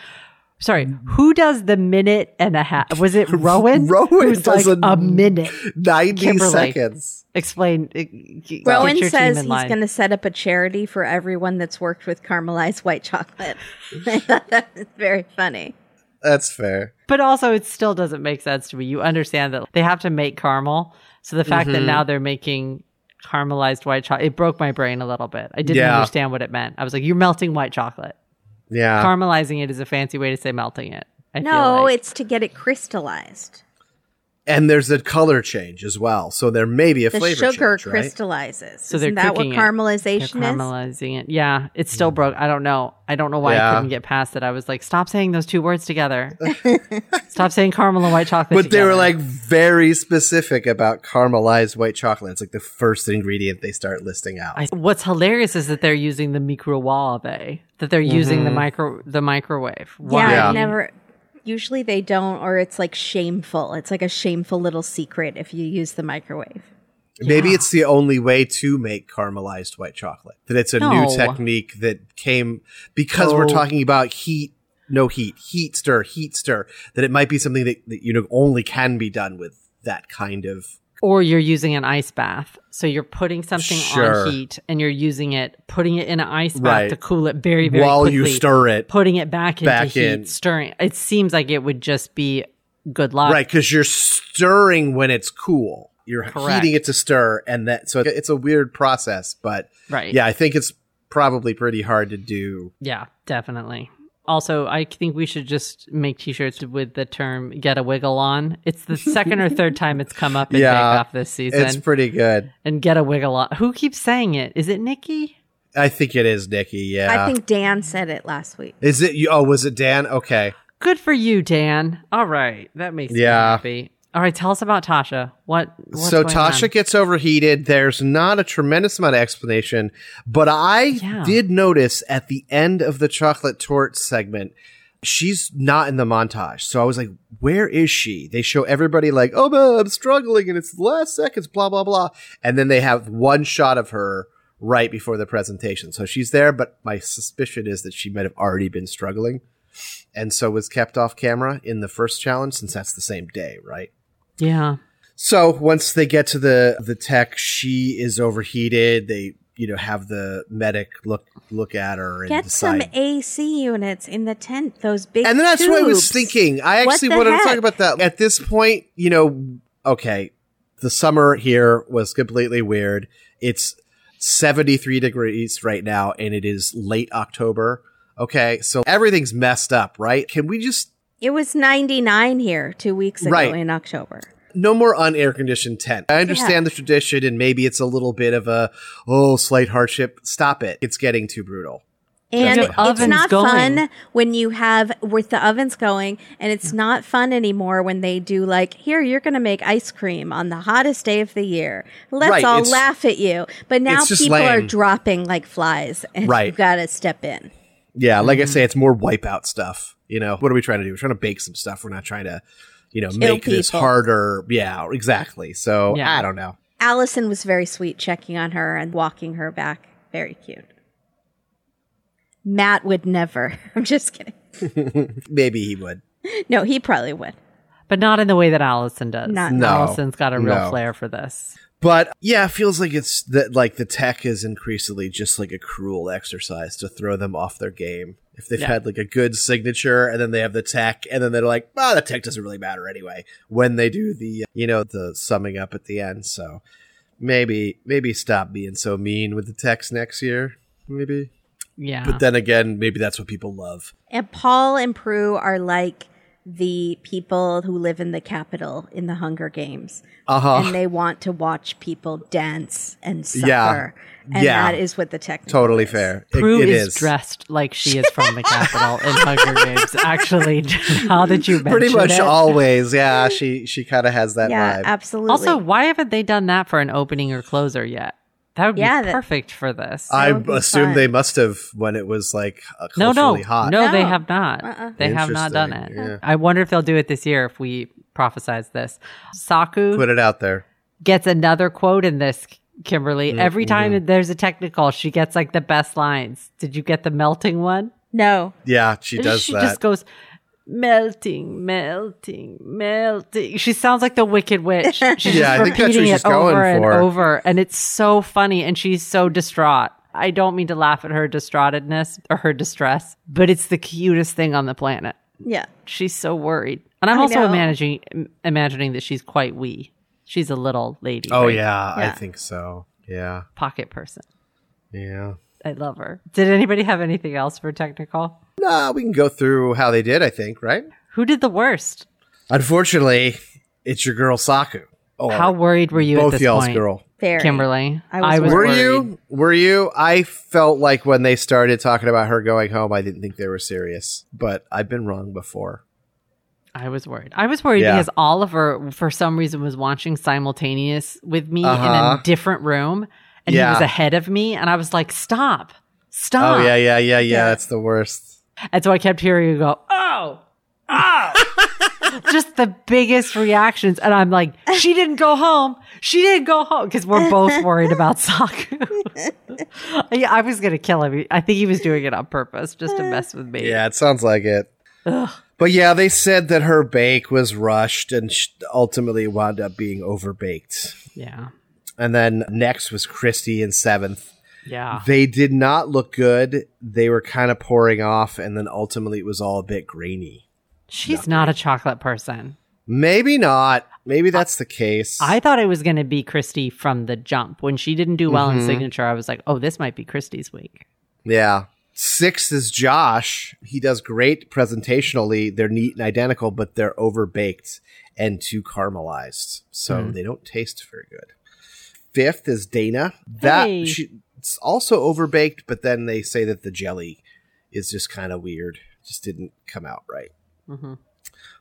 Speaker 2: Sorry, who does the minute and a half? Was it Rowan?
Speaker 3: Rowan
Speaker 2: Who's
Speaker 3: does
Speaker 2: like
Speaker 3: a-
Speaker 2: a, minute.
Speaker 3: 90
Speaker 2: Kimberly.
Speaker 3: seconds.
Speaker 2: Explain. uh, g- get
Speaker 1: Rowan
Speaker 2: your team
Speaker 1: says
Speaker 2: in
Speaker 1: he's
Speaker 2: line.
Speaker 1: going to set up a charity for everyone that's worked with caramelized white chocolate. I thought that was very funny.
Speaker 3: That's fair.
Speaker 2: But also, it still doesn't make sense to me. You understand that they have to make caramel. So the fact that
Speaker 3: Mm-hmm.
Speaker 2: now they're making caramelized white chocolate, it broke my brain a little bit. I didn't
Speaker 3: Yeah.
Speaker 2: understand what it meant. I was like, you're melting white chocolate.
Speaker 3: Yeah.
Speaker 2: Caramelizing it is a fancy way to say melting it. I
Speaker 1: No,
Speaker 2: feel like.
Speaker 1: it's to get it crystallized.
Speaker 3: and there's a color change as well. So there may be a
Speaker 1: The
Speaker 3: flavor
Speaker 1: sugar
Speaker 3: change, right?
Speaker 1: crystallizes. So
Speaker 2: they're
Speaker 1: Isn't that what
Speaker 2: cooking it. They're
Speaker 1: caramelization is?
Speaker 2: caramelizing it. Yeah, it's still broke. I don't know. I don't know why I
Speaker 3: Mm. Yeah.
Speaker 2: couldn't get past it. I was like, stop saying those two words together. stop saying caramel and white chocolate.
Speaker 3: But they were
Speaker 2: together.
Speaker 3: like very specific about caramelized white chocolate. It's like the first ingredient they start listing out.
Speaker 2: I- what's hilarious is that they're using the microwave. That they're using the micro the microwave. Why?
Speaker 1: Yeah,
Speaker 3: Mm-hmm. Yeah.
Speaker 1: I've never. Usually they don't, or it's like shameful. It's like a shameful little secret if you use the microwave.
Speaker 3: Maybe it's the only way to make caramelized white chocolate. That it's a
Speaker 2: No.
Speaker 3: new technique that came because we're
Speaker 2: Oh.
Speaker 3: talking about heat, no heat, heat stir, heat stir. That it might be something that, that you know only can be done with that kind of.
Speaker 2: Or you're using an ice bath. So you're putting something
Speaker 3: Sure.
Speaker 2: on heat and you're using it, putting it in an ice bath
Speaker 3: Right.
Speaker 2: to cool it very, very
Speaker 3: while
Speaker 2: quickly.
Speaker 3: you stir it,
Speaker 2: putting it back into
Speaker 3: Back
Speaker 2: heat,
Speaker 3: in.
Speaker 2: stirring. It seems like it would just be good luck.
Speaker 3: right? Because you're stirring when it's cool. You're
Speaker 2: Correct.
Speaker 3: heating it to stir, and that so it's a weird process. But
Speaker 2: Right.
Speaker 3: yeah, I think it's probably pretty hard to do.
Speaker 2: Yeah, definitely. Also, I think we should just make t-shirts with the term "get a wiggle on." It's the second or third time it's come up in
Speaker 3: Yeah,
Speaker 2: Bake Off this
Speaker 3: It's
Speaker 2: season.
Speaker 3: pretty good.
Speaker 2: and get a wiggle on. Who keeps saying it? Is it Nikki?
Speaker 3: I think it is Nikki. Yeah.
Speaker 1: I think Dan said it last week.
Speaker 3: is it? you- Oh, was it Dan? Okay.
Speaker 2: Good for you, Dan. All right, that makes me
Speaker 3: Yeah.
Speaker 2: happy. All right, tell us about Tasha. What? what's
Speaker 3: so
Speaker 2: going
Speaker 3: Tasha
Speaker 2: on?
Speaker 3: gets overheated. There's not a tremendous amount of explanation, but I
Speaker 2: Yeah.
Speaker 3: did notice at the end of the chocolate tort segment, she's not in the montage. So I was like, where is she? They show everybody like, oh, but I'm struggling and it's the last seconds, blah, blah, blah. And then they have one shot of her right before the presentation. So she's there, but my suspicion is that she might have already been struggling and so was kept off camera in the first challenge since that's the same day, right?
Speaker 2: Yeah,
Speaker 3: So once they get to the the tech, she is overheated. They you know have the medic look look at her and
Speaker 1: Get
Speaker 3: decide.
Speaker 1: some AC units in the tent. Those big.
Speaker 3: and that's what I was
Speaker 1: tubes.
Speaker 3: thinking. I
Speaker 1: What
Speaker 3: actually
Speaker 1: the
Speaker 3: wanted
Speaker 1: heck?
Speaker 3: to talk about that. At this point, you know, okay, the summer here was completely weird. It's 73 degrees right now and it is late October. Okay, so everything's messed up, right? Can we just
Speaker 1: It was 99 here two weeks ago
Speaker 3: Right.
Speaker 1: in October.
Speaker 3: no more unair conditioned tent. I understand
Speaker 1: Yeah.
Speaker 3: the tradition and maybe it's a little bit of a oh slight hardship. Stop it. It's getting too brutal.
Speaker 1: And
Speaker 3: Just
Speaker 1: it's
Speaker 2: ovens
Speaker 1: not
Speaker 2: going.
Speaker 1: fun when you have with the ovens going, and it's
Speaker 3: Mm.
Speaker 1: not fun anymore when they do like, here you're going to make ice cream on the hottest day of the year. Let's
Speaker 3: Right,
Speaker 1: all
Speaker 3: it's-
Speaker 1: laugh at you. But now
Speaker 3: it's just
Speaker 1: people are
Speaker 3: lame.
Speaker 1: dropping like flies, and
Speaker 3: Right.
Speaker 1: you've got to step in.
Speaker 3: Yeah, like I say, it's more wipeout stuff. You know, what are we trying to do? We're trying to bake some stuff. We're not trying to, you know, make this
Speaker 1: people.
Speaker 3: harder. Yeah, exactly. So
Speaker 2: Yeah.
Speaker 3: I don't know.
Speaker 1: Allison was very sweet, checking on her and walking her back. Very cute. Matt would never. I'm just kidding.
Speaker 3: Maybe he would.
Speaker 1: No, he probably would.
Speaker 2: but not in the way that Allison does.
Speaker 1: Not-
Speaker 3: No.
Speaker 2: Allison's got a real
Speaker 3: No.
Speaker 2: flair for this.
Speaker 3: But yeah, it feels like it's that like the tech is increasingly just like a cruel exercise to throw them off their game. If they've
Speaker 2: Yeah.
Speaker 3: had like a good signature and then they have the tech and then they're like, ah, the tech doesn't really matter anyway when they do the, you know, the summing up at the end. So maybe, maybe stop being so mean with the techs next year. Maybe.
Speaker 2: Yeah.
Speaker 3: But then again, maybe that's what people love.
Speaker 1: And Paul and Prue are like the people who live in the capital in the Hunger Games.
Speaker 3: Uh huh.
Speaker 1: and they want to watch people dance and suffer.
Speaker 3: Yeah.
Speaker 1: And
Speaker 3: Yeah.
Speaker 1: that is what the technique
Speaker 3: Totally
Speaker 1: is.
Speaker 3: fair. It-
Speaker 2: Prue
Speaker 3: it
Speaker 2: is, dressed like she is from the capital in Hunger Games. Actually, how did you mention
Speaker 3: pretty much
Speaker 2: it?
Speaker 3: always. Yeah, she she kind of has that
Speaker 1: Yeah,
Speaker 3: vibe.
Speaker 1: absolutely.
Speaker 2: Also, why haven't they done that for an opening or closer yet? That would
Speaker 1: Yeah,
Speaker 2: be
Speaker 1: that-
Speaker 2: perfect for this.
Speaker 3: I
Speaker 1: would be
Speaker 3: assume
Speaker 1: fun.
Speaker 3: they must have when it was like uh,
Speaker 2: no, no,
Speaker 3: culturally hot.
Speaker 2: no,
Speaker 1: No.
Speaker 2: they
Speaker 1: Uh-uh.
Speaker 2: have not. They have not done it.
Speaker 3: Interesting, yeah.
Speaker 2: I wonder if they'll do it this year if we prophesize this. Saku
Speaker 3: Put it out there.
Speaker 2: gets another quote in this, Kimberly.
Speaker 3: Mm-hmm.
Speaker 2: Every time that there's a technical, she gets like the best lines. Did you get the melting one?
Speaker 1: no.
Speaker 3: Yeah, she does
Speaker 2: she
Speaker 3: that.
Speaker 2: just goes melting, melting, melting. She sounds like the Wicked Witch. She's
Speaker 3: Yeah, I
Speaker 2: just
Speaker 3: think that's what
Speaker 2: repeating
Speaker 3: she's
Speaker 2: it
Speaker 3: going
Speaker 2: over and
Speaker 3: for.
Speaker 2: over, and it's so funny, and she's so distraught. I don't mean to laugh at her distraughtedness or her distress, but it's the cutest thing on the planet.
Speaker 1: Yeah.
Speaker 2: She's so worried, and I'm
Speaker 1: I
Speaker 2: also
Speaker 1: know.
Speaker 2: imagining imagining that she's quite wee. She's a little lady.
Speaker 3: oh
Speaker 2: right?
Speaker 3: yeah, I
Speaker 1: Yeah.
Speaker 3: think so. Yeah,
Speaker 2: pocket person.
Speaker 3: yeah.
Speaker 2: I love her. Did anybody have anything else for technical?
Speaker 3: Nah, we can go through how they did. I think right.
Speaker 2: Who did the worst?
Speaker 3: Unfortunately, it's your girl Saku. Oh,
Speaker 2: How worried were you at
Speaker 3: both
Speaker 2: this
Speaker 3: y'all's
Speaker 2: point?
Speaker 3: girl.
Speaker 1: Very.
Speaker 2: Kimberly.
Speaker 1: I was
Speaker 3: Were
Speaker 1: worried.
Speaker 3: you? Were you? I felt like when they started talking about her going home, I didn't think they were serious, but I've been wrong before.
Speaker 2: I was worried. I was worried
Speaker 3: Yeah.
Speaker 2: because Oliver, for some reason, was watching simultaneous with me in
Speaker 3: Uh-huh.
Speaker 2: a different room, and he
Speaker 3: Yeah.
Speaker 2: was ahead of me, and I was like, "Stop, stop!"
Speaker 3: Oh yeah, yeah, yeah, yeah. That's the worst.
Speaker 2: And so I kept hearing you go, "Oh, oh." Just the biggest reactions, and I'm like, "She didn't go home. She didn't go home," because we're both worried about Saku. I, I was gonna kill him. I think he was doing it on purpose, just to mess with me.
Speaker 3: Yeah, it sounds like it. But yeah, they said that her bake was rushed and sh- ultimately wound up being overbaked.
Speaker 2: yeah,
Speaker 3: And then next was Christy in seventh.
Speaker 2: yeah.
Speaker 3: They did not look good. They were kind of pouring off, and then ultimately it was all a bit grainy.
Speaker 2: She's not a chocolate person.
Speaker 3: Maybe not. Maybe that's the case.
Speaker 2: I thought it was going to be Christy from the jump. When she didn't do well
Speaker 3: Mm-hmm.
Speaker 2: in signature, I was like, oh, this might be Christy's week.
Speaker 3: Yeah. Sixth is Josh. He does great presentationally. They're neat and identical, but they're overbaked and too caramelized. So they don't taste very good. Fifth is Dana. That
Speaker 2: Hey.
Speaker 3: she, it's also overbaked, but then they say that the jelly is just kind of weird. Just didn't come out right.
Speaker 2: Mhm.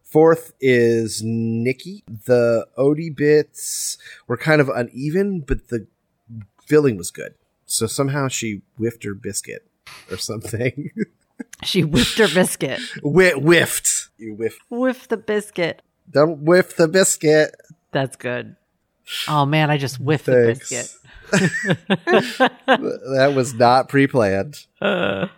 Speaker 3: Fourth is Nikki. The Odie bits were kind of uneven, but the filling was good. So somehow she whiffed her biscuit or something.
Speaker 2: She whipped her biscuit.
Speaker 3: Whi whiffed. You whiffed.
Speaker 2: Whiff the biscuit.
Speaker 3: Don't whiff the biscuit.
Speaker 2: That's good. Oh, man, I just whiffed
Speaker 3: Thanks.
Speaker 2: the biscuit.
Speaker 3: that was not pre-planned. and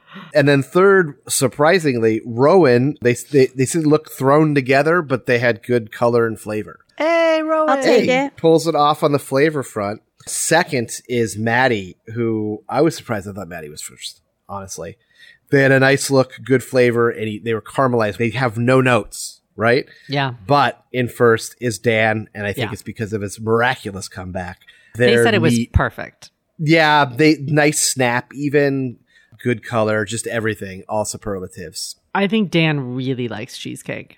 Speaker 3: then third, surprisingly, Rowan. They they they seemed to look thrown together, but they had good color and flavor.
Speaker 2: Hey, Rowan.
Speaker 1: I'll take it.
Speaker 3: Pulls it off on the flavor front. Second is Maddie, who I was surprised. I thought Maddie was first, honestly. They had a nice look, good flavor, and he, they were caramelized. They have no notes, right?
Speaker 2: Yeah.
Speaker 3: But in first is Dan, and I think
Speaker 2: Yeah.
Speaker 3: it's because of his miraculous comeback.
Speaker 2: They
Speaker 3: Their
Speaker 2: said it was
Speaker 3: meat-
Speaker 2: perfect.
Speaker 3: yeah, they nice snap, even good color, just everything, all superlatives.
Speaker 2: I think Dan really likes cheesecake.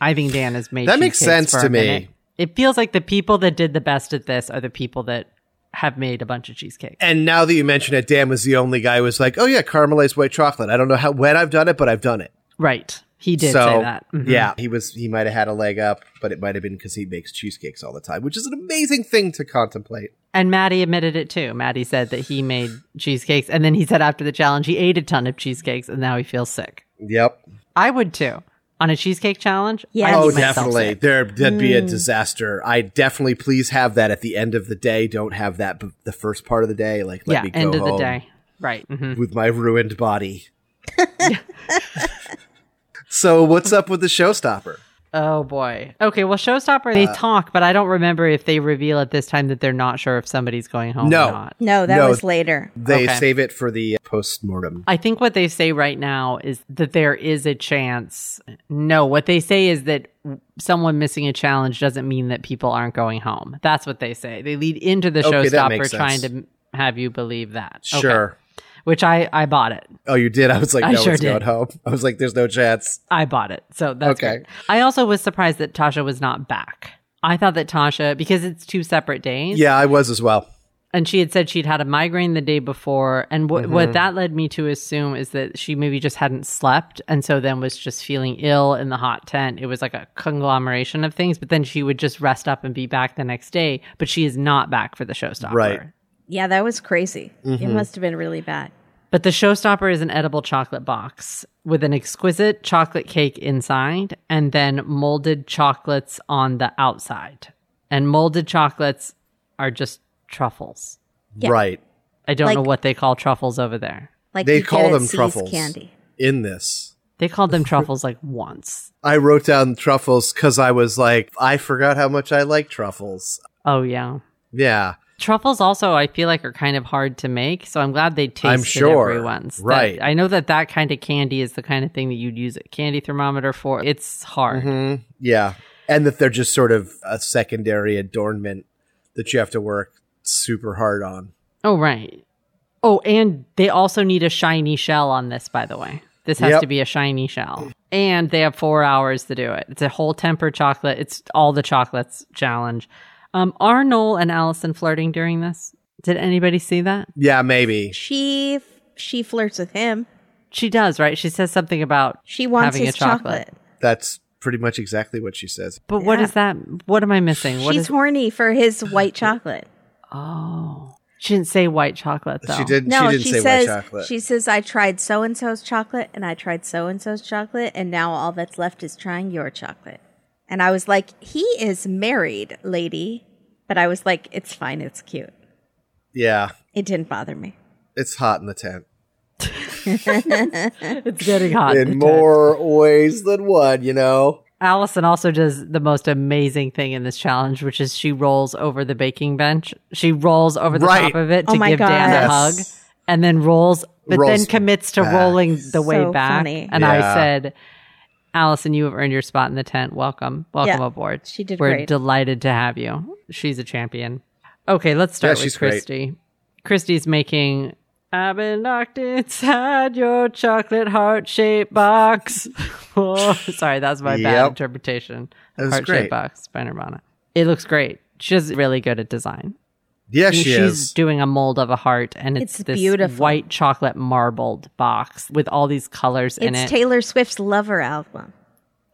Speaker 2: I think Dan has made
Speaker 3: That makes
Speaker 2: cheesecakes
Speaker 3: sense
Speaker 2: for a
Speaker 3: to me.
Speaker 2: minute. It feels like the people that did the best at this are the people that have made a bunch of cheesecake.
Speaker 3: And now that you mention it, Dan was the only guy who was like, "Oh yeah, caramelized white chocolate." I don't know how when I've done it, but I've done it.
Speaker 2: Right. He did
Speaker 3: so
Speaker 2: say that. Mhm.
Speaker 3: yeah, he was. He might have had a leg up, but it might have been because he makes cheesecakes all the time, which is an amazing thing to contemplate.
Speaker 2: And Maddie admitted it too. Maddie said that he made cheesecakes and then he said after the challenge he ate a ton of cheesecakes and now he feels sick.
Speaker 3: Yep.
Speaker 2: I would too. On a cheesecake challenge?
Speaker 1: Yes.
Speaker 2: I'd
Speaker 3: Oh,
Speaker 2: eat myself
Speaker 3: definitely.
Speaker 2: sick. Mm.
Speaker 3: There, that'd be a disaster. I definitely please have that at the end of the day. Don't have that b- the first part of the day. Like, let
Speaker 2: Yeah,
Speaker 3: me go
Speaker 2: end of the
Speaker 3: home
Speaker 2: day. Right. hmm
Speaker 3: with my ruined body. so, what's up with the showstopper?
Speaker 2: Oh boy. Okay, well Showstopper
Speaker 3: Uh,
Speaker 2: they talk, but I don't remember if they reveal at this time that they're not sure if somebody's going home
Speaker 3: No.
Speaker 2: or not.
Speaker 1: No, that
Speaker 3: No.
Speaker 1: was later.
Speaker 3: They
Speaker 2: Okay.
Speaker 3: save it for the uh, post mortem.
Speaker 2: I think what they say right now is that there is a chance. No, what they say is that someone missing a challenge doesn't mean that people aren't going home. That's what they say. They lead into the
Speaker 3: Okay, that
Speaker 2: showstopper
Speaker 3: makes
Speaker 2: trying
Speaker 3: sense.
Speaker 2: to have you believe that. Okay.
Speaker 3: Sure.
Speaker 2: Which I I bought it.
Speaker 3: Oh, you did. I was like,
Speaker 2: I
Speaker 3: no,
Speaker 2: sure
Speaker 3: it's going
Speaker 2: did.
Speaker 3: home. I was like, there's no chance.
Speaker 2: I bought it. So that's
Speaker 3: Okay.
Speaker 2: okay. I also was surprised that Tasha was not back. I thought that Tasha because it's two separate days.
Speaker 3: Yeah, I was as well.
Speaker 2: and she had said she'd had a migraine the day before and wh- what that led me to assume is that she maybe just hadn't slept and so then was just feeling ill in the hot tent it was like a conglomeration of things but then she would just rest up and be back the next day but she is not back for the showstopper
Speaker 3: Right.
Speaker 1: Yeah, that was crazy.
Speaker 3: Mm-hmm.
Speaker 1: It must have been really bad.
Speaker 2: but the showstopper is an edible chocolate box with an exquisite chocolate cake inside and then molded chocolates on the outside and molded chocolates are just truffles
Speaker 3: Right.
Speaker 2: i don't know
Speaker 1: Like-
Speaker 2: what they call truffles over there
Speaker 1: Like
Speaker 3: They
Speaker 1: you
Speaker 3: call
Speaker 1: get at
Speaker 3: them
Speaker 1: See's
Speaker 3: truffles.
Speaker 1: Candy.
Speaker 3: In this,
Speaker 2: They called them truffles like once.
Speaker 3: I wrote down truffles because I was like, I forgot how much I like truffles.
Speaker 2: Oh yeah.
Speaker 3: Yeah.
Speaker 2: Truffles also I feel like are kind of hard to make, so I'm glad they tasted
Speaker 3: I'm sure.
Speaker 2: everyone's. That-
Speaker 3: Right.
Speaker 2: I know that that kind of candy is the kind of thing that you'd use a candy thermometer for. It's hard.
Speaker 3: Mhm. Yeah. And that they're just sort of a secondary adornment that you have to work super hard on.
Speaker 2: Oh right. Oh, and they also need a shiny shell on this by the way. This has
Speaker 3: Yep.
Speaker 2: to be a shiny shell. And they have 4 hours to do it. It's a whole temper chocolate. It's all the chocolates challenge. Um are Noel and Allison flirting during this? Did anybody see that?
Speaker 3: Yeah, maybe.
Speaker 1: She she flirts with him.
Speaker 2: She does, right? She says something about
Speaker 1: She wants
Speaker 2: having
Speaker 1: his
Speaker 2: a chocolate.
Speaker 1: chocolate.
Speaker 3: That's pretty much exactly what she says.
Speaker 2: But what
Speaker 1: Yeah.
Speaker 2: is that? What am I missing? What
Speaker 1: She's
Speaker 2: is-
Speaker 1: horny for his white chocolate.
Speaker 2: oh, she didn't say white chocolate though.
Speaker 3: She didn't
Speaker 1: No,
Speaker 3: she
Speaker 1: she,
Speaker 3: didn't say
Speaker 1: says
Speaker 3: white chocolate.
Speaker 1: she says I tried so and so's chocolate and I tried so and so's chocolate and now all that's left is trying your chocolate. And I was like, he is married, lady. But I was like, it's fine, it's cute.
Speaker 3: yeah.
Speaker 1: It didn't bother me.
Speaker 3: It's hot in the tent.
Speaker 2: It's getting hot.
Speaker 3: in more ways than one, you know.
Speaker 2: Allison also does the most amazing thing in this challenge, which is she rolls over the baking bench. She rolls over the
Speaker 3: Right.
Speaker 2: top of it
Speaker 1: Oh
Speaker 2: to
Speaker 1: my
Speaker 2: give Dan
Speaker 1: God.
Speaker 2: a hug,
Speaker 3: Yes.
Speaker 2: and then rolls, but
Speaker 3: Rolls
Speaker 2: then commits to
Speaker 3: back.
Speaker 2: rolling the way
Speaker 1: So
Speaker 2: back.
Speaker 1: funny.
Speaker 2: And
Speaker 3: Yeah.
Speaker 2: I said, Allison, you have earned your spot in the tent. Welcome, welcome
Speaker 1: Yeah.
Speaker 2: aboard.
Speaker 1: She did
Speaker 2: We're
Speaker 1: great.
Speaker 2: delighted to have you. She's a champion. Okay, let's
Speaker 3: Yeah,
Speaker 2: start
Speaker 3: she's
Speaker 2: with
Speaker 3: great.
Speaker 2: Christy. Christy's making. I've been locked inside your chocolate heart shaped box. Whoa. Sorry, that was my bad
Speaker 3: Yep.
Speaker 2: interpretation.
Speaker 3: That was
Speaker 2: Heart
Speaker 3: great.
Speaker 2: shaped box by Nirvana. It looks great. She's really good at design.
Speaker 3: Yeah,
Speaker 2: I mean,
Speaker 3: she
Speaker 2: She's
Speaker 3: is.
Speaker 2: doing a mold of a heart, and it's,
Speaker 1: It's
Speaker 2: this
Speaker 1: beautiful.
Speaker 2: white chocolate marbled box with all these colors in
Speaker 1: It's
Speaker 2: it. Is
Speaker 1: Taylor Swift's lover album.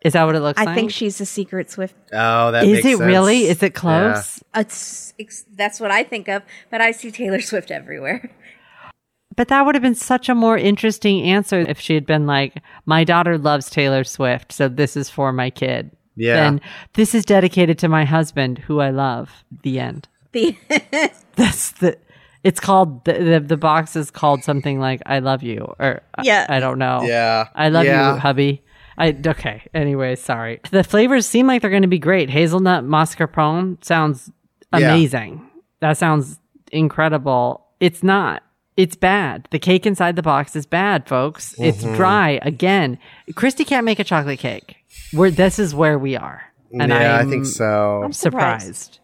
Speaker 2: that what it looks like?
Speaker 1: I think she's a secret Swift.
Speaker 3: oh, that
Speaker 2: Is
Speaker 3: makes
Speaker 2: it
Speaker 3: sense.
Speaker 2: really? Is it
Speaker 3: Yeah.
Speaker 2: close?
Speaker 1: It's, it's, that's what I think of, but I see Taylor Swift everywhere.
Speaker 2: But that would have been such a more interesting answer if she had been like, "My daughter loves Taylor Swift, so this is for my kid."
Speaker 3: Yeah.
Speaker 2: Then this is dedicated to my husband, who I love. The end.
Speaker 1: The,
Speaker 2: That's the. It's called the the, the box is called something like "I love you" or I-
Speaker 1: Yeah.
Speaker 2: I, don't know.
Speaker 3: Yeah.
Speaker 2: I love
Speaker 3: Yeah.
Speaker 2: you, hubby. I okay. Anyway, sorry. The flavors seem like they're going to be great. Hazelnut mascarpone sounds
Speaker 3: Yeah.
Speaker 2: amazing. That sounds incredible. It's not. It's bad. The cake inside the box is bad, folks. It's
Speaker 3: Mm-hmm.
Speaker 2: dry again. Christy can't make a chocolate cake. We're this is where we are. And
Speaker 3: yeah,
Speaker 2: I'm
Speaker 3: I think so.
Speaker 2: surprised.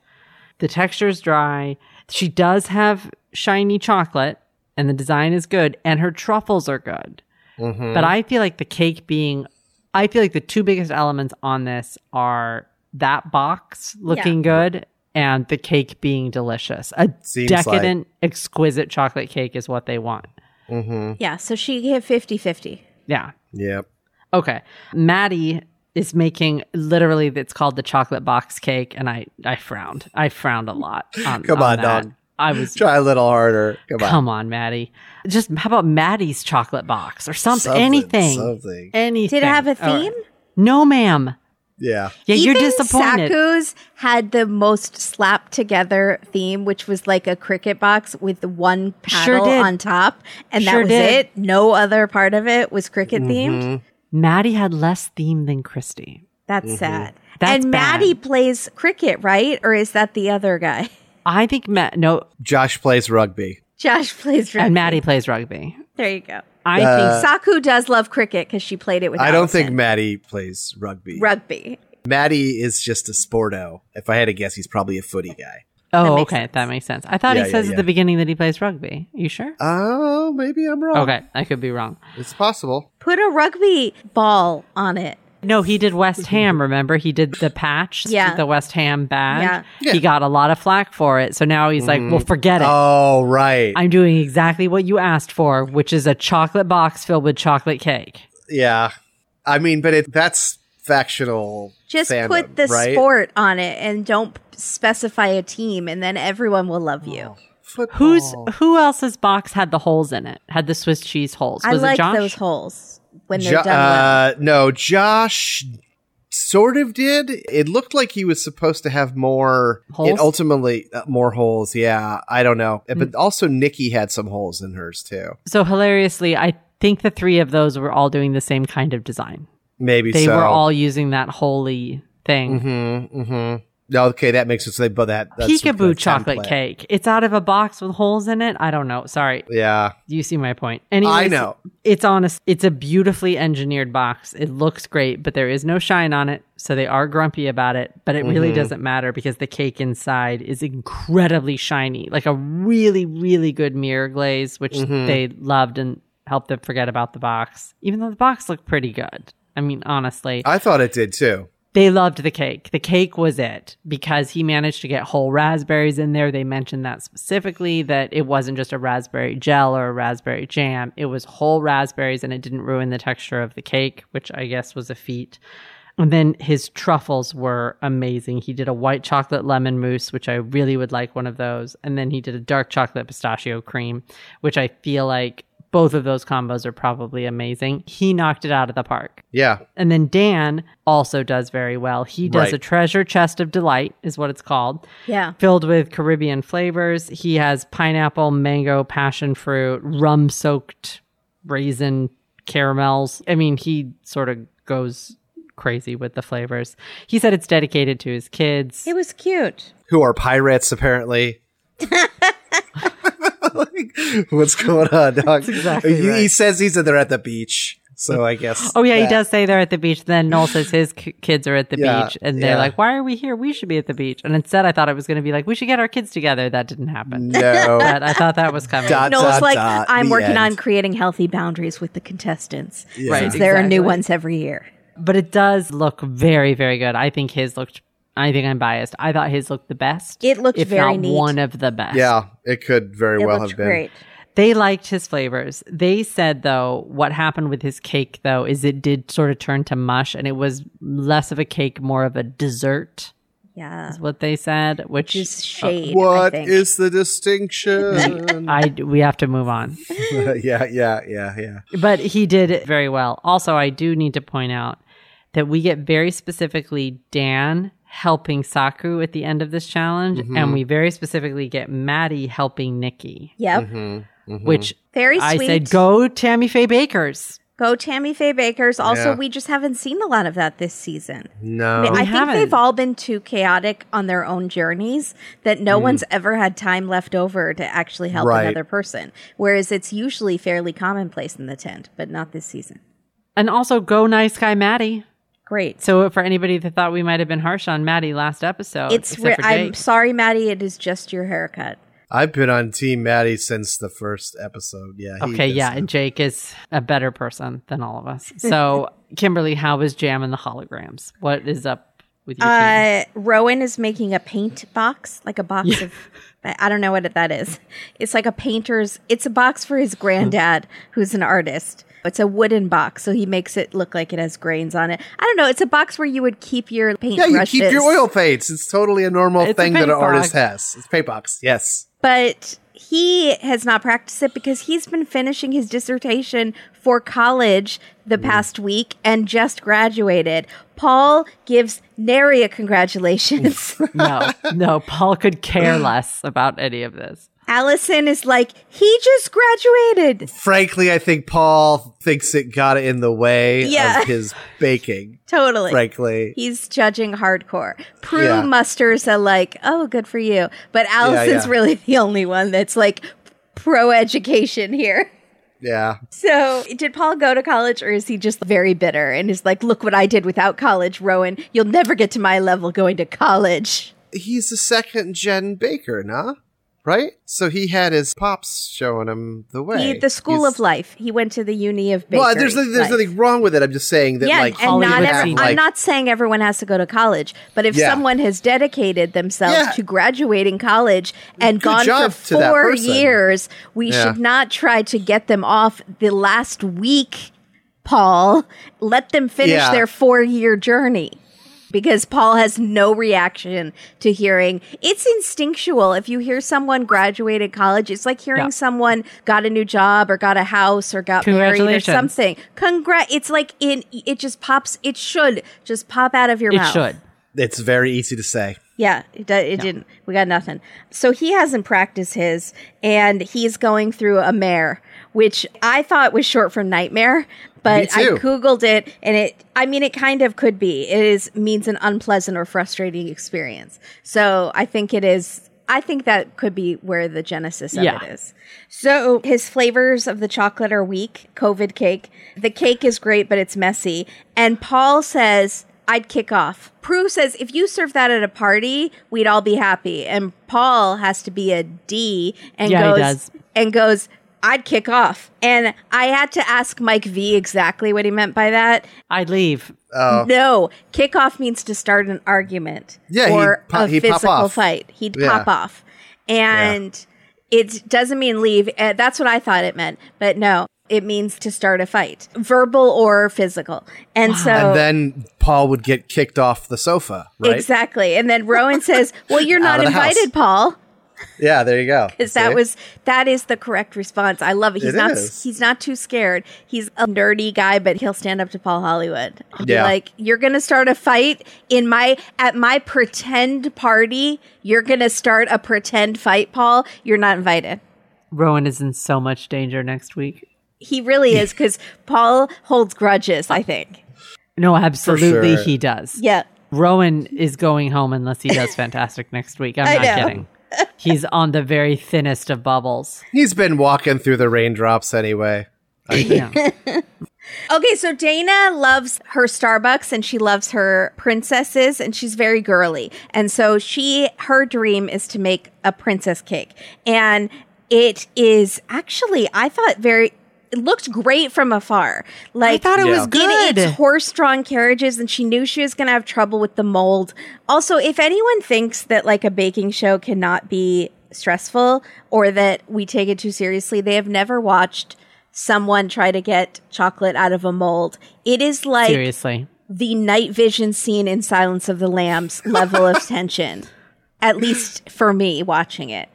Speaker 2: The texture's dry. She does have shiny chocolate, and the design is good, and her truffles are good.
Speaker 3: Mm-hmm.
Speaker 2: But I feel like the cake being, I feel like the two biggest elements on this are that box looking good and the cake being delicious. A
Speaker 3: Seems like-
Speaker 2: decadent, exquisite chocolate cake is what they want.
Speaker 3: Mm-hmm.
Speaker 1: Yeah, so she hit 50 50.
Speaker 2: Yeah.
Speaker 3: Yep.
Speaker 2: Okay. Maddie is making literally it's called the chocolate box cake and I I frowned. I frowned a lot. On,
Speaker 3: Come on,
Speaker 2: that.
Speaker 3: dog.
Speaker 2: I was
Speaker 3: Try a little harder. Come on.
Speaker 2: Come on, Maddie. Just how about Maddie's chocolate box or something,
Speaker 3: Something,
Speaker 2: anything. Eh.
Speaker 3: Something.
Speaker 2: Anything.
Speaker 1: Did it have a
Speaker 2: All right.
Speaker 1: theme?
Speaker 2: No, ma'am.
Speaker 3: Yeah.
Speaker 2: Yeah,
Speaker 1: Even
Speaker 2: you're disappointed.
Speaker 1: Saku's had the most slapped together theme, which was like a cricket box with one
Speaker 2: Sure
Speaker 1: paddle
Speaker 2: did.
Speaker 1: on top, and that
Speaker 2: Sure
Speaker 1: was
Speaker 2: did.
Speaker 1: it. No other part of it was cricket
Speaker 3: Mm-hmm.
Speaker 1: themed.
Speaker 2: Maddie had less theme than Christy.
Speaker 1: That's
Speaker 3: Mm-hmm.
Speaker 1: sad.
Speaker 2: That's
Speaker 1: and
Speaker 2: bad.
Speaker 1: Maddie plays cricket, right? Or is that the other guy?
Speaker 2: I think Matt. No,
Speaker 3: Josh plays rugby.
Speaker 1: Josh plays rugby.
Speaker 2: and Maddie plays rugby.
Speaker 1: There you go.
Speaker 2: I
Speaker 3: Uh,
Speaker 2: think
Speaker 1: Saku does love cricket because she played it with.
Speaker 3: I don't
Speaker 1: Allison.
Speaker 3: think Maddie plays rugby.
Speaker 1: rugby.
Speaker 3: Maddie is just a sporto. If I had to guess, he's probably a footy guy.
Speaker 2: Oh,
Speaker 1: makes
Speaker 2: okay, that makes sense. I thought
Speaker 3: Yeah,
Speaker 2: he
Speaker 3: yeah,
Speaker 2: says
Speaker 3: yeah.
Speaker 2: at the beginning that he plays rugby. You sure?
Speaker 3: Oh, maybe I'm wrong.
Speaker 2: okay, I could be wrong.
Speaker 3: It's possible.
Speaker 1: Put a rugby ball on it.
Speaker 2: No, he did West Ham. Remember, he did the patch,
Speaker 1: Yeah.
Speaker 2: the West Ham badge.
Speaker 3: Yeah. Mm.
Speaker 2: He got a lot of flack for it, so now he's like, "Well, forget it.
Speaker 3: Oh, right.
Speaker 2: I'm doing exactly what you asked for, which is a chocolate box filled with chocolate cake."
Speaker 3: yeah. I mean, but it that's factional.
Speaker 1: Just
Speaker 3: fandom,
Speaker 1: put the
Speaker 3: right?
Speaker 1: sport on it and don't specify a team, and then everyone will love
Speaker 2: Oh.
Speaker 1: you.
Speaker 3: Football.
Speaker 2: Who's who else's box had the holes in it? Had the Swiss cheese holes?
Speaker 1: I
Speaker 2: Was it
Speaker 1: like
Speaker 2: Josh?
Speaker 1: those holes when they're
Speaker 3: Jo-
Speaker 1: done well.
Speaker 3: uh, no, Josh sort of did. It looked like he was supposed to have more.
Speaker 2: Holes? Hmm.
Speaker 3: It ultimately uh, more holes. Yeah, I don't know. But also, Nikki had some holes in hers too.
Speaker 2: So hilariously, I think the three of those were all doing the same kind of design.
Speaker 3: Maybe
Speaker 2: They
Speaker 3: so.
Speaker 2: were all using that holy thing.
Speaker 3: Mm-hmm, mm-hmm. No, okay, that makes sense. They but that that's some kind
Speaker 2: Peekaboo
Speaker 3: of
Speaker 2: chocolate
Speaker 3: template.
Speaker 2: cake. It's out of a box with holes in it. I don't know. Sorry.
Speaker 3: Yeah,
Speaker 2: You see my point. Anyways,
Speaker 3: I know.
Speaker 2: It's honest. It's a beautifully engineered box. It looks great, but there is no shine on it, so they are grumpy about it. But it really doesn't matter because the cake inside is incredibly shiny, like a really, really good mirror glaze, which they loved and helped them forget about the box. Even though the box looked pretty good. I mean, honestly,
Speaker 3: I thought it did too.
Speaker 2: they loved the cake. The cake was it because he managed to get whole raspberries in there. They mentioned that specifically that it wasn't just a raspberry gel or a raspberry jam. It was whole raspberries and it didn't ruin the texture of the cake, which I guess was a feat. And then his truffles were amazing. He did a white chocolate lemon mousse, which I really would like one of those. And then he did a dark chocolate pistachio cream, which I feel like both of those combos are probably amazing. He knocked it out of the park.
Speaker 3: Yeah,
Speaker 2: And then Dan also does very well. He does
Speaker 3: Right.
Speaker 2: a treasure chest of delight, is what it's called,
Speaker 1: Yeah.
Speaker 2: filled with Caribbean flavors. He has pineapple, mango, passion fruit, rum soaked raisin caramels. I mean, he sort of goes crazy with the flavors. He said it's dedicated to his kids.
Speaker 1: It was cute.
Speaker 3: who are pirates apparently. Like, what's going on, dog?
Speaker 2: exactly
Speaker 3: he, he
Speaker 2: right.
Speaker 3: says he's in there at the beach, so I guess.
Speaker 2: Oh yeah, he
Speaker 3: that-
Speaker 2: does say they're at the beach. Then Noel says his k- kids are at the
Speaker 3: Yeah,
Speaker 2: beach, and they're
Speaker 3: yeah.
Speaker 2: like, "Why are we here? We should be at the beach." And instead, I thought it was going to be like, "We should get our kids together." That didn't happen.
Speaker 3: No,
Speaker 2: But I thought that was coming.
Speaker 3: Dot,
Speaker 1: Noel's
Speaker 3: dot,
Speaker 1: like,
Speaker 3: dot,
Speaker 1: I'm
Speaker 3: the
Speaker 1: working
Speaker 3: end."
Speaker 1: on creating healthy boundaries with the contestants.
Speaker 3: Yeah.
Speaker 2: Right.
Speaker 1: Since there are new
Speaker 2: Exactly.
Speaker 1: ones every year.
Speaker 2: but it does look very, very good. I think his looked. I think I'm biased. I thought his looked the best.
Speaker 1: It looked
Speaker 2: if
Speaker 1: very
Speaker 2: not
Speaker 1: neat.
Speaker 2: one of the best.
Speaker 3: Yeah, it could very
Speaker 1: It
Speaker 3: well
Speaker 1: looked
Speaker 3: have been.
Speaker 1: great.
Speaker 2: They liked his flavors. They said though, what happened with his cake though is it did sort of turn to mush, and it was less of a cake, more of a dessert.
Speaker 1: Yeah.
Speaker 2: Is what they said, which
Speaker 1: Just uh, shade.
Speaker 3: What
Speaker 1: I think.
Speaker 3: is the distinction?
Speaker 2: I we have to move on.
Speaker 3: yeah, yeah, yeah, yeah.
Speaker 2: but he did it very well. Also, I do need to point out that we get very specifically Dan helping Saku at the end of this challenge, and we very specifically get Maddie helping Nikki,
Speaker 1: Yep.
Speaker 3: Mm-hmm.
Speaker 2: which
Speaker 1: Very sweet.
Speaker 2: I said, go Tammy Faye Bakers.
Speaker 1: Go Tammy Faye Bakers. Also,
Speaker 3: Yeah.
Speaker 1: we just haven't seen a lot of that this season.
Speaker 3: No,
Speaker 1: I think they've
Speaker 2: haven't.
Speaker 1: all been too chaotic on their own journeys that no one's ever had time left over to actually help
Speaker 3: Right.
Speaker 1: another person. Whereas it's usually fairly commonplace in the tent, but not this season.
Speaker 2: And also, go nice guy Maddie.
Speaker 1: Great.
Speaker 2: So, for anybody that thought we might have been harsh on Maddie last episode,
Speaker 1: It's
Speaker 2: except
Speaker 1: re-
Speaker 2: for
Speaker 1: I'm
Speaker 2: Jake.
Speaker 1: sorry, Maddie. It is just your haircut.
Speaker 3: I've been on Team Maddie since the first episode. Yeah. he
Speaker 2: Okay,
Speaker 3: does
Speaker 2: yeah,
Speaker 3: that.
Speaker 2: and Jake is a better person than all of us. So, Kimberly, how was Jam and the holograms? What is up with your team?
Speaker 1: Uh, Rowan is making a paint box, like a box
Speaker 2: Yeah.
Speaker 1: of. I I don't know what that is. It's like a painter's. It's a box for his granddad, who's an artist. It's a wooden box, so he makes it look like it has grains on it. I don't know. It's a box where you would keep your paint
Speaker 3: Yeah, you
Speaker 1: brushes.
Speaker 3: keep your oil paints. It's totally a normal
Speaker 2: It's a
Speaker 3: thing that an
Speaker 2: paint box.
Speaker 3: artist has. It's paint box. Yes.
Speaker 1: but he has not practiced it because he's been finishing his dissertation for college the
Speaker 3: Mm-hmm.
Speaker 1: past week and just graduated. Paul gives nary a congratulations.
Speaker 2: no, no, Paul could care less about any of this.
Speaker 1: Allison is like, he just graduated.
Speaker 3: Frankly, I think Paul thinks it got in the way
Speaker 1: Yeah.
Speaker 3: of his baking.
Speaker 1: Totally.
Speaker 3: frankly,
Speaker 1: He's judging hardcore. Prue
Speaker 3: Yeah.
Speaker 1: musters a like, oh, good for you. But Allison's
Speaker 3: yeah.
Speaker 1: really the only one that's like pro education here.
Speaker 3: yeah.
Speaker 1: So, did Paul go to college or is he just very bitter and is like, look what I did without college, Rowan? You'll never get to my level going to college.
Speaker 3: He's a second gen baker, nah? Right? So he had his pops showing him the way.
Speaker 1: He, the school
Speaker 3: He's-
Speaker 1: of life. He went to the uni of bakery.
Speaker 3: Well, there's nothing,
Speaker 1: life.
Speaker 3: there's nothing wrong with it. I'm just saying that,
Speaker 1: yeah,
Speaker 3: like,
Speaker 1: and not
Speaker 2: Hollywood
Speaker 1: every,
Speaker 2: scene.
Speaker 1: I'm not saying everyone has to go to college, but if
Speaker 3: Yeah.
Speaker 1: someone has dedicated themselves
Speaker 3: Yeah.
Speaker 1: to graduating college and
Speaker 3: Good
Speaker 1: gone
Speaker 3: job
Speaker 1: for
Speaker 3: to that
Speaker 1: four
Speaker 3: person.
Speaker 1: years, we
Speaker 3: Yeah.
Speaker 1: should not try to get them off the last week, Paul. Let them finish
Speaker 3: Yeah.
Speaker 1: their four year journey. Because Paul has no reaction to hearing. It's instinctual. If you hear someone graduated college, it's like hearing
Speaker 2: Yeah.
Speaker 1: someone got a new job or got a house or got married or
Speaker 2: Congratulations.
Speaker 1: something thing. Congrat! It's like in it just pops. It should just pop out of your
Speaker 2: It
Speaker 1: mouth.
Speaker 2: should.
Speaker 3: it's very easy to say.
Speaker 1: Yeah, it, do- it didn't. We got nothing. So he hasn't practiced his, and he's going through a mare, which I thought was short for nightmare, but I
Speaker 3: too.
Speaker 1: googled it, and it. I mean, it kind of could be. It is means an unpleasant or frustrating experience. So I think it is. I think that could be where the genesis of
Speaker 2: Yeah.
Speaker 1: it is. So his flavors of the chocolate are weak. COVID cake. The cake is great, but it's messy. And Paul says, I'd kick off. Prue says, if you serve that at a party, we'd all be happy. And Paul has to be a D and
Speaker 2: Yeah, he
Speaker 1: goes
Speaker 2: does.
Speaker 1: and goes, I'd kick off. And I had to ask Mike V exactly what he meant by that.
Speaker 2: I'd leave.
Speaker 3: Oh.
Speaker 1: No, kick off means to start an argument
Speaker 3: Yeah, he'd
Speaker 1: or
Speaker 3: pop-
Speaker 1: a
Speaker 3: he'd pop
Speaker 1: physical
Speaker 3: off.
Speaker 1: fight. He'd
Speaker 3: Yeah.
Speaker 1: pop off. And it doesn't mean leave. Uh, that's what I thought it meant. But no, it means to start a fight, verbal or physical. And so.
Speaker 3: And then Paul would get kicked off the sofa, right?
Speaker 1: Exactly. And then Rowan says, Well, you're not
Speaker 3: Out of the house.
Speaker 1: invited, Paul.
Speaker 3: Yeah, there you go.
Speaker 1: Because that
Speaker 3: See?
Speaker 1: was that is the correct response. I love it. He's
Speaker 3: It
Speaker 1: not
Speaker 3: is.
Speaker 1: he's not too scared. He's a nerdy guy, but he'll stand up to Paul Hollywood. He'll be
Speaker 3: Yeah.
Speaker 1: like, You're gonna start a fight in my at my pretend party, you're gonna start a pretend fight, Paul. You're not invited.
Speaker 2: Rowan is in so much danger next week.
Speaker 1: He really is because Paul holds grudges, I think.
Speaker 2: No, absolutely
Speaker 3: sure.
Speaker 2: he does.
Speaker 1: Yeah.
Speaker 2: Rowan is going home unless he does fantastic next week. I'm
Speaker 1: I
Speaker 2: not
Speaker 1: know.
Speaker 2: kidding. He's on the very thinnest of bubbles.
Speaker 3: He's been walking through the raindrops anyway.
Speaker 2: Yeah.
Speaker 1: Okay, so Dana loves her Starbucks and she loves her princesses and she's very girly. And so she her dream is to make a princess cake. And it is actually I thought very it looked great from afar. Like
Speaker 2: thought it
Speaker 3: Yeah.
Speaker 2: was good.
Speaker 1: it's horse-drawn carriages, and she knew she was going to have trouble with the mold. Also, if anyone thinks that like a baking show cannot be stressful or that we take it too seriously, they have never watched someone try to get chocolate out of a mold. It is like
Speaker 2: Seriously.
Speaker 1: the night vision scene in Silence of the Lambs level of tension, at least for me watching it.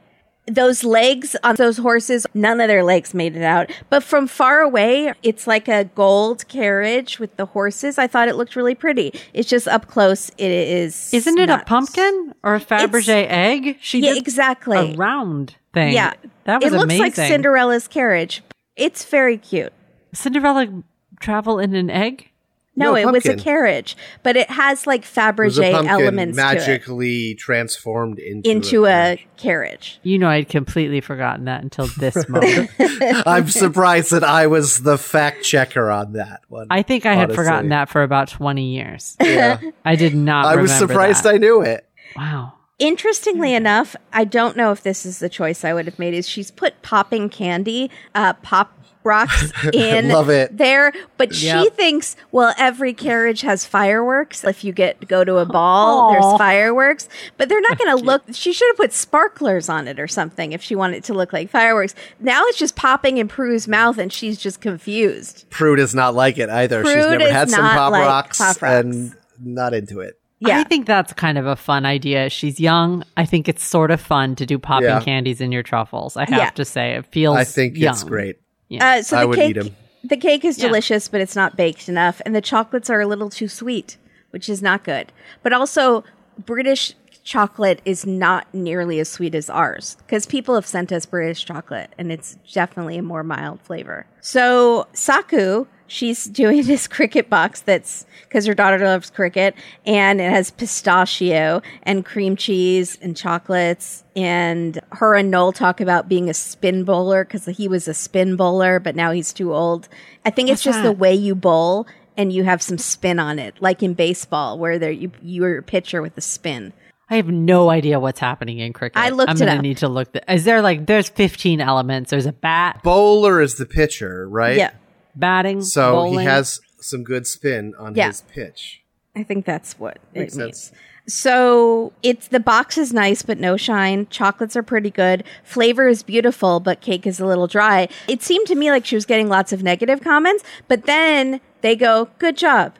Speaker 1: Those legs on those horses, none of their legs made it out. But from far away, it's like a gold carriage with the horses. I thought it looked really pretty. It's just up close, it is.
Speaker 2: Isn't it a
Speaker 1: not-
Speaker 2: pumpkin or a Fabergé egg? She
Speaker 1: Yeah,
Speaker 2: did
Speaker 1: exactly.
Speaker 2: a round thing.
Speaker 1: Yeah.
Speaker 2: That was
Speaker 1: it looks
Speaker 2: amazing.
Speaker 1: like Cinderella's carriage. It's very cute.
Speaker 2: Cinderella travel in an egg?
Speaker 1: No,
Speaker 3: No,
Speaker 1: it was a
Speaker 3: pumpkin.
Speaker 1: carriage, but it has like
Speaker 3: There's a
Speaker 1: Fabergé
Speaker 3: pumpkin
Speaker 1: elements to it.
Speaker 3: magically transformed into,
Speaker 1: Into a
Speaker 3: carriage.
Speaker 1: carriage.
Speaker 2: You know, I'd completely forgotten that until this moment.
Speaker 3: I'm surprised that I was the fact checker on that one.
Speaker 2: I think I had forgotten
Speaker 3: Honestly.
Speaker 2: that for about 20 years.
Speaker 3: Yeah.
Speaker 2: I did not
Speaker 3: I was
Speaker 2: remember
Speaker 3: surprised
Speaker 2: that.
Speaker 3: I knew it.
Speaker 2: Wow.
Speaker 1: Interestingly enough, I don't know if this is the choice I would have made. Is she's put popping candy, uh, pop rocks in
Speaker 3: Love it.
Speaker 1: there. But she
Speaker 2: Yep.
Speaker 1: thinks, well, every carriage has fireworks. If you get go to a ball,
Speaker 2: Aw.
Speaker 1: there's fireworks. But they're not going to look. She should have put sparklers on it or something if she wanted it to look like fireworks. Now it's just popping in Prue's mouth, and she's just confused.
Speaker 3: Prue does not like it either. She's
Speaker 1: Prue
Speaker 3: never
Speaker 1: does
Speaker 3: had some
Speaker 1: not
Speaker 3: pop,
Speaker 1: like
Speaker 3: rocks
Speaker 1: Pop Rocks.
Speaker 3: and not into it.
Speaker 1: Yeah,
Speaker 2: I think that's kind of a fun idea. She's young. I think it's sort of fun to do popping
Speaker 3: Yeah.
Speaker 2: candies in your truffles. I have
Speaker 1: Yeah.
Speaker 2: to say, it feels.
Speaker 3: I think
Speaker 2: young.
Speaker 3: it's great.
Speaker 2: Yeah.
Speaker 1: Uh, so
Speaker 3: I
Speaker 1: the
Speaker 3: would eat
Speaker 1: cake,
Speaker 3: 'em.
Speaker 1: the cake is
Speaker 2: Yeah.
Speaker 1: delicious, but it's not baked enough, and the chocolates are a little too sweet, which is not good. But also, British chocolate is not nearly as sweet as ours because people have sent us British chocolate, and it's definitely a more mild flavor. So Saku. She's doing this cricket box that's because her daughter loves cricket and it has pistachio and cream cheese and chocolates and her and Noel talk about being a spin bowler because he was a spin bowler, but now he's too old. I think it's just the way you bowl and you have some spin on it, like in baseball, where there you you're a pitcher with a spin.
Speaker 2: I have no idea what's happening in cricket.
Speaker 1: I looked
Speaker 2: I'm
Speaker 1: it
Speaker 2: gonna
Speaker 1: up.
Speaker 2: need to look. Th- is there like there's 15 elements? There's a bat,
Speaker 3: Bowler is the pitcher, right?
Speaker 1: Yeah,
Speaker 2: batting.
Speaker 3: So
Speaker 2: bowling.
Speaker 3: he has some good spin on
Speaker 1: Yeah.
Speaker 3: his pitch.
Speaker 1: I think that's what
Speaker 3: Makes
Speaker 1: it means.
Speaker 3: sense.
Speaker 1: So it's the box is nice but no shine. Chocolates are pretty good. Flavor is beautiful, but cake is a little dry. It seemed to me like she was getting lots of negative comments, but then they go, "Good job."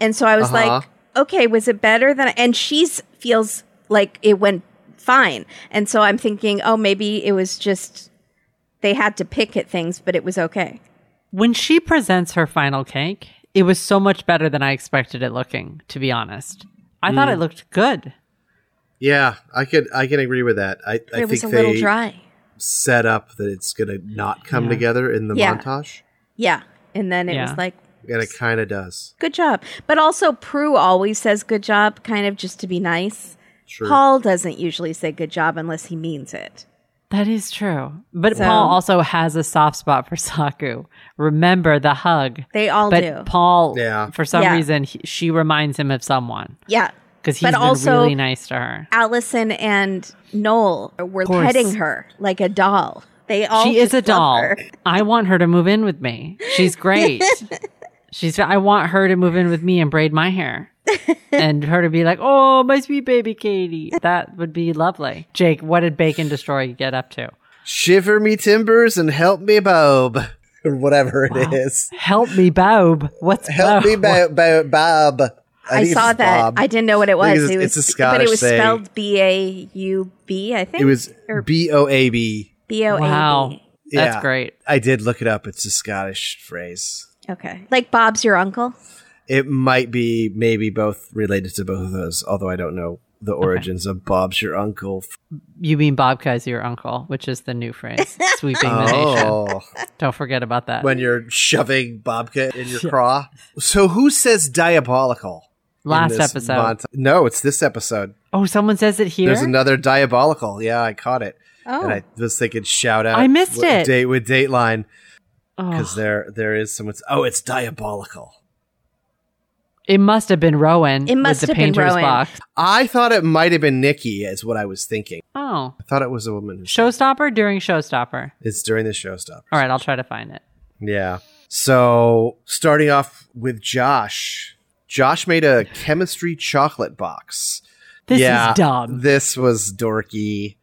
Speaker 1: And so I was
Speaker 3: Uh-huh.
Speaker 1: like, "Okay, was it better than?" I-" And she feels like it went fine. And so I'm thinking, "Oh, maybe it was just they had to pick at things, but it was okay."
Speaker 2: When she presents her final cake, it was so much better than I expected it looking. To be honest, I thought
Speaker 3: Mm.
Speaker 2: it looked good.
Speaker 3: Yeah, I could I can agree with that. I, I
Speaker 1: it was
Speaker 3: think
Speaker 1: a little
Speaker 3: they
Speaker 1: dry.
Speaker 3: set up that it's gonna not come
Speaker 2: Yeah.
Speaker 3: together in the
Speaker 1: Yeah.
Speaker 3: montage.
Speaker 1: Yeah. And then it
Speaker 2: Yeah.
Speaker 1: was like
Speaker 3: And it kinda does.
Speaker 1: good job. But also, Prue always says good job, kind of just to be nice.
Speaker 3: True.
Speaker 1: Paul doesn't usually say good job unless he means it.
Speaker 2: That is true. But
Speaker 1: So-
Speaker 2: Paul also has a soft spot for Saku. Remember the hug.
Speaker 1: They all
Speaker 2: but
Speaker 1: do.
Speaker 2: Paul,
Speaker 3: Yeah.
Speaker 2: for some
Speaker 1: Yeah.
Speaker 2: reason, he, she reminds him of someone
Speaker 1: yeah.
Speaker 2: because he's
Speaker 1: But
Speaker 2: been
Speaker 1: also-
Speaker 2: really nice to her.
Speaker 1: Allison and Noel were
Speaker 2: course.
Speaker 1: petting her like a doll. They all
Speaker 2: She is a
Speaker 1: just love
Speaker 2: doll.
Speaker 1: her.
Speaker 2: I want her to move in with me. She's great. She's. I want her to move in with me and braid my hair, and her to be like, "Oh, my sweet baby Katie." That would be lovely. Jake, what did Bacon Destroy get up to?
Speaker 3: Shiver me timbers and help me bob. Or whatever it is.
Speaker 2: Help me, Bob. What's
Speaker 3: Help me
Speaker 2: Bob?
Speaker 3: bo- bo- bob.
Speaker 1: Oh, I,
Speaker 3: think it's
Speaker 1: saw
Speaker 3: just
Speaker 1: that.
Speaker 3: bob.
Speaker 1: I didn't know what it
Speaker 3: I
Speaker 1: was.
Speaker 3: think it's-
Speaker 1: it was
Speaker 3: it's a
Speaker 1: but
Speaker 3: Scottish
Speaker 1: it was
Speaker 3: thing.
Speaker 1: spelled B A U B. I think
Speaker 3: It was
Speaker 1: or
Speaker 3: B O A B.
Speaker 1: B O A B.
Speaker 2: Wow, that's
Speaker 3: Yeah.
Speaker 2: great.
Speaker 3: I did look it up. It's a Scottish phrase.
Speaker 1: Okay, like Bob's your uncle.
Speaker 3: It might be maybe both related to both of those, although I don't know the origins of Bob's your uncle.
Speaker 2: You mean Bob Kaiser, your uncle, which is the new phrase, sweeping the nation.
Speaker 3: Oh,
Speaker 2: Don't forget about that.
Speaker 3: when you're shoving Bobka in your craw. So who says diabolical? in
Speaker 2: Last
Speaker 3: this
Speaker 2: episode.
Speaker 3: monta- no, it's this episode.
Speaker 2: oh, someone says it here.
Speaker 3: There's another diabolical. Yeah, I caught it,
Speaker 1: Oh,
Speaker 3: and I was thinking shout out.
Speaker 2: I missed
Speaker 3: with
Speaker 2: it.
Speaker 3: Date with Dateline because
Speaker 2: oh,
Speaker 3: there there is someone's. Oh, it's diabolical.
Speaker 2: it must have been Rowan.
Speaker 1: It must
Speaker 2: with the
Speaker 1: have been
Speaker 2: painter's
Speaker 1: Rowan.
Speaker 2: box.
Speaker 3: I thought it might have been Nikki, is what I was thinking.
Speaker 2: Oh,
Speaker 3: I thought it was a woman. who-
Speaker 2: showstopper during showstopper.
Speaker 3: It's during the showstopper.
Speaker 2: All right, I'll try to find it.
Speaker 3: Yeah. So starting off with Josh. Josh made a chemistry chocolate box.
Speaker 2: This
Speaker 3: Yeah,
Speaker 2: is dumb.
Speaker 3: This was dorky.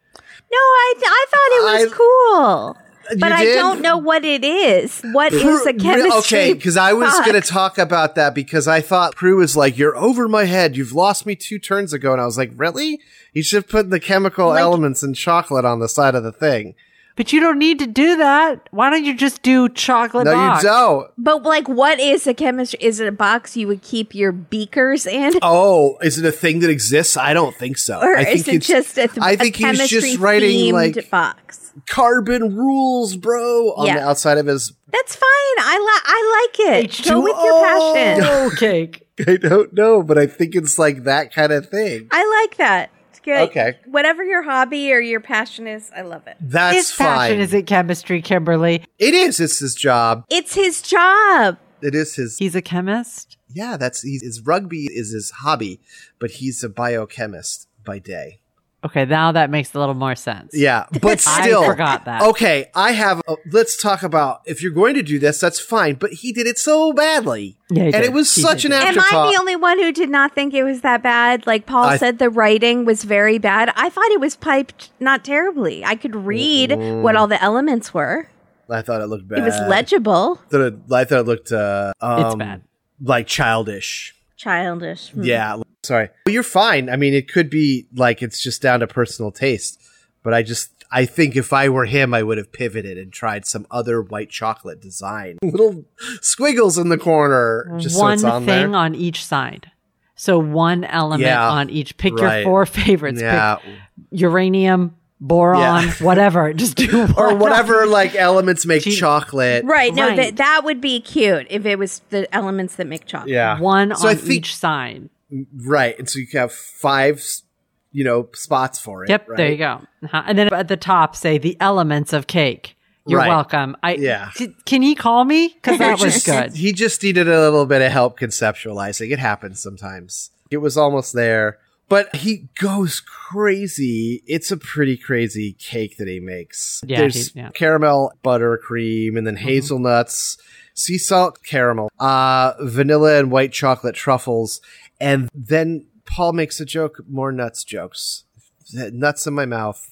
Speaker 1: no, I I thought it was
Speaker 3: I-
Speaker 1: cool.
Speaker 3: You
Speaker 1: but I
Speaker 3: did?
Speaker 1: don't know what it is. What is
Speaker 3: Prue-
Speaker 1: a chemistry?
Speaker 3: Okay, because I was
Speaker 1: box?
Speaker 3: going to talk about that because I thought Prue was like, "You're over my head. You've lost me two turns ago," and I was like, "Really? You should have put the chemical
Speaker 1: Like-
Speaker 3: elements in chocolate on the side of the thing."
Speaker 2: But you don't need to do that. Why don't you just do chocolate
Speaker 3: No,
Speaker 2: box?
Speaker 3: you don't.
Speaker 1: But like, what is a chemistry? Is it a box you would keep your beakers in?
Speaker 3: Oh, is it a thing that exists? I don't think so.
Speaker 1: Or
Speaker 3: I think
Speaker 1: is it
Speaker 3: it's-
Speaker 1: just a, th-
Speaker 3: I think
Speaker 1: a
Speaker 3: he's just
Speaker 1: chemistry
Speaker 3: writing
Speaker 1: themed
Speaker 3: like
Speaker 1: box?
Speaker 3: carbon rules, bro, on
Speaker 1: Yeah.
Speaker 3: the outside of his.
Speaker 1: That's fine. I li- I like it. Go with
Speaker 2: H2O.
Speaker 1: your passion.
Speaker 2: cake.
Speaker 3: I don't know, but I think it's like that kind of thing.
Speaker 1: I like that. It's good.
Speaker 3: Okay.
Speaker 1: Whatever your hobby or your passion is, I love it.
Speaker 3: That's
Speaker 2: His
Speaker 3: fine.
Speaker 2: passion is it chemistry, Kimberly.
Speaker 3: it is. It's his job.
Speaker 1: It's his job.
Speaker 3: It is his.
Speaker 2: He's a chemist.
Speaker 3: Yeah, that's he's, his rugby is his hobby, but he's a biochemist by day.
Speaker 2: Okay, now that makes a little more sense.
Speaker 3: Yeah, but still,
Speaker 2: I forgot that.
Speaker 3: okay. I have. A, let's talk about if you're going to do this, that's fine. But he did it so badly,
Speaker 2: Yeah, he
Speaker 3: and
Speaker 2: did.
Speaker 3: it was
Speaker 2: He
Speaker 3: such
Speaker 2: did.
Speaker 3: an
Speaker 1: Am
Speaker 3: afterthought.
Speaker 1: I the only one who did not think it was that bad? Like Paul
Speaker 3: I-
Speaker 1: said, the writing was very bad. I thought it was piped not terribly. I could read what all the elements were.
Speaker 3: I thought it looked bad.
Speaker 1: It was legible,
Speaker 3: Thought it- I thought it looked. Uh, um,
Speaker 2: It's bad.
Speaker 3: Like childish.
Speaker 1: childish. Hmm.
Speaker 3: Yeah. l- Sorry. But you're fine. I mean, it could be like it's just down to personal taste. But I just, I think if I were him, I would have pivoted and tried some other white chocolate design. Little squiggles in the corner, just so
Speaker 2: one
Speaker 3: it's on
Speaker 2: thing
Speaker 3: there.
Speaker 2: on each side. So one element
Speaker 3: Yeah,
Speaker 2: on each. Pick
Speaker 3: right.
Speaker 2: your four favorites.
Speaker 3: yeah.
Speaker 2: Pick uranium, boron,
Speaker 3: Yeah.
Speaker 2: whatever. Just do one
Speaker 3: Or
Speaker 2: of-
Speaker 3: whatever, like elements make
Speaker 2: Gee.
Speaker 3: chocolate.
Speaker 1: Right. No,
Speaker 2: Right.
Speaker 1: that that would be cute if it was the elements that make chocolate.
Speaker 3: Yeah.
Speaker 2: One
Speaker 3: So I
Speaker 2: on
Speaker 3: think-
Speaker 2: each side.
Speaker 3: Right. And so you can have five, s- you know, spots for it.
Speaker 2: Yep,
Speaker 3: right?
Speaker 2: there you go. Uh-huh. And then at the top, say the elements of cake. You're
Speaker 3: Right.
Speaker 2: welcome. I
Speaker 3: Yeah.
Speaker 2: C- can he call me? Because that was good.
Speaker 3: He just needed a little bit of help conceptualizing. It happens sometimes. It was almost there, but he goes crazy. It's a pretty crazy cake that he makes.
Speaker 2: Yeah,
Speaker 3: There's
Speaker 2: he- yeah. Mm-hmm.
Speaker 3: caramel buttercream and then hazelnuts, sea salt caramel, uh, vanilla and white chocolate truffles. And then Paul makes a joke, more nuts jokes. Nuts in my mouth.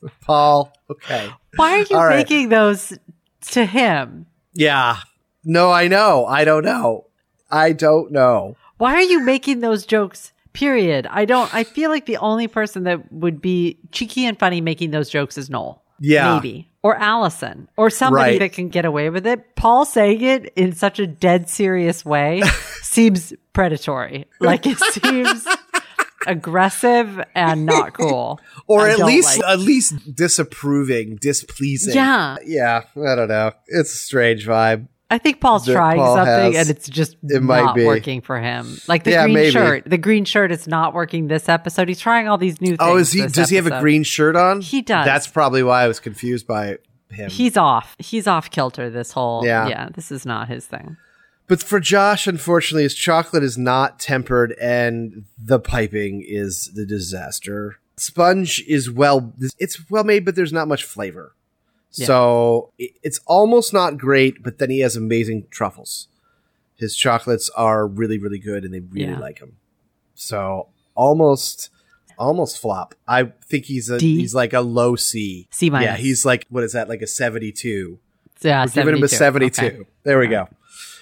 Speaker 3: Paul, okay.
Speaker 2: Why are you
Speaker 3: All right.
Speaker 2: making those to him?
Speaker 3: Yeah. No, I know. I don't know. I don't know.
Speaker 2: Why are you making those jokes? Period. I don't. I feel like the only person that would be cheeky and funny making those jokes is Noel.
Speaker 3: Yeah.
Speaker 2: maybe or Allison or somebody
Speaker 3: Right.
Speaker 2: that can get away with it. Paul saying it in such a dead serious way seems predatory. Like it seems aggressive and not cool.
Speaker 3: Or
Speaker 2: I
Speaker 3: at
Speaker 2: don't
Speaker 3: least
Speaker 2: like-
Speaker 3: at least disapproving, displeasing.
Speaker 2: yeah.
Speaker 3: Yeah, I don't know. It's a strange vibe.
Speaker 2: I think Paul's
Speaker 3: that
Speaker 2: trying
Speaker 3: Paul
Speaker 2: something
Speaker 3: has.
Speaker 2: and it's just
Speaker 3: It might
Speaker 2: not
Speaker 3: be.
Speaker 2: working for him. Like the
Speaker 3: Yeah,
Speaker 2: green
Speaker 3: maybe.
Speaker 2: shirt. The green shirt is not working this episode. He's trying all these new things.
Speaker 3: Oh, is he
Speaker 2: this
Speaker 3: does he have a
Speaker 2: episode.
Speaker 3: green shirt on?
Speaker 2: He does.
Speaker 3: That's probably why I was confused by him.
Speaker 2: He's off. He's off kilter this whole
Speaker 3: Yeah.
Speaker 2: yeah. this is not his thing.
Speaker 3: but for Josh, unfortunately, his chocolate is not tempered and the piping is the disaster. Sponge is well it's well made, but there's not much flavor.
Speaker 2: Yeah.
Speaker 3: So i- it's almost not great, but then he has amazing truffles. His chocolates are really, really good, and they really
Speaker 2: Yeah.
Speaker 3: like him. So almost, almost flop. I think he's a
Speaker 2: D?
Speaker 3: he's like a low C.
Speaker 2: C minus.
Speaker 3: Yeah, he's like what is that like a seventy two?
Speaker 2: Yeah,
Speaker 3: We're giving him a seventy two.
Speaker 2: Okay.
Speaker 3: There we go.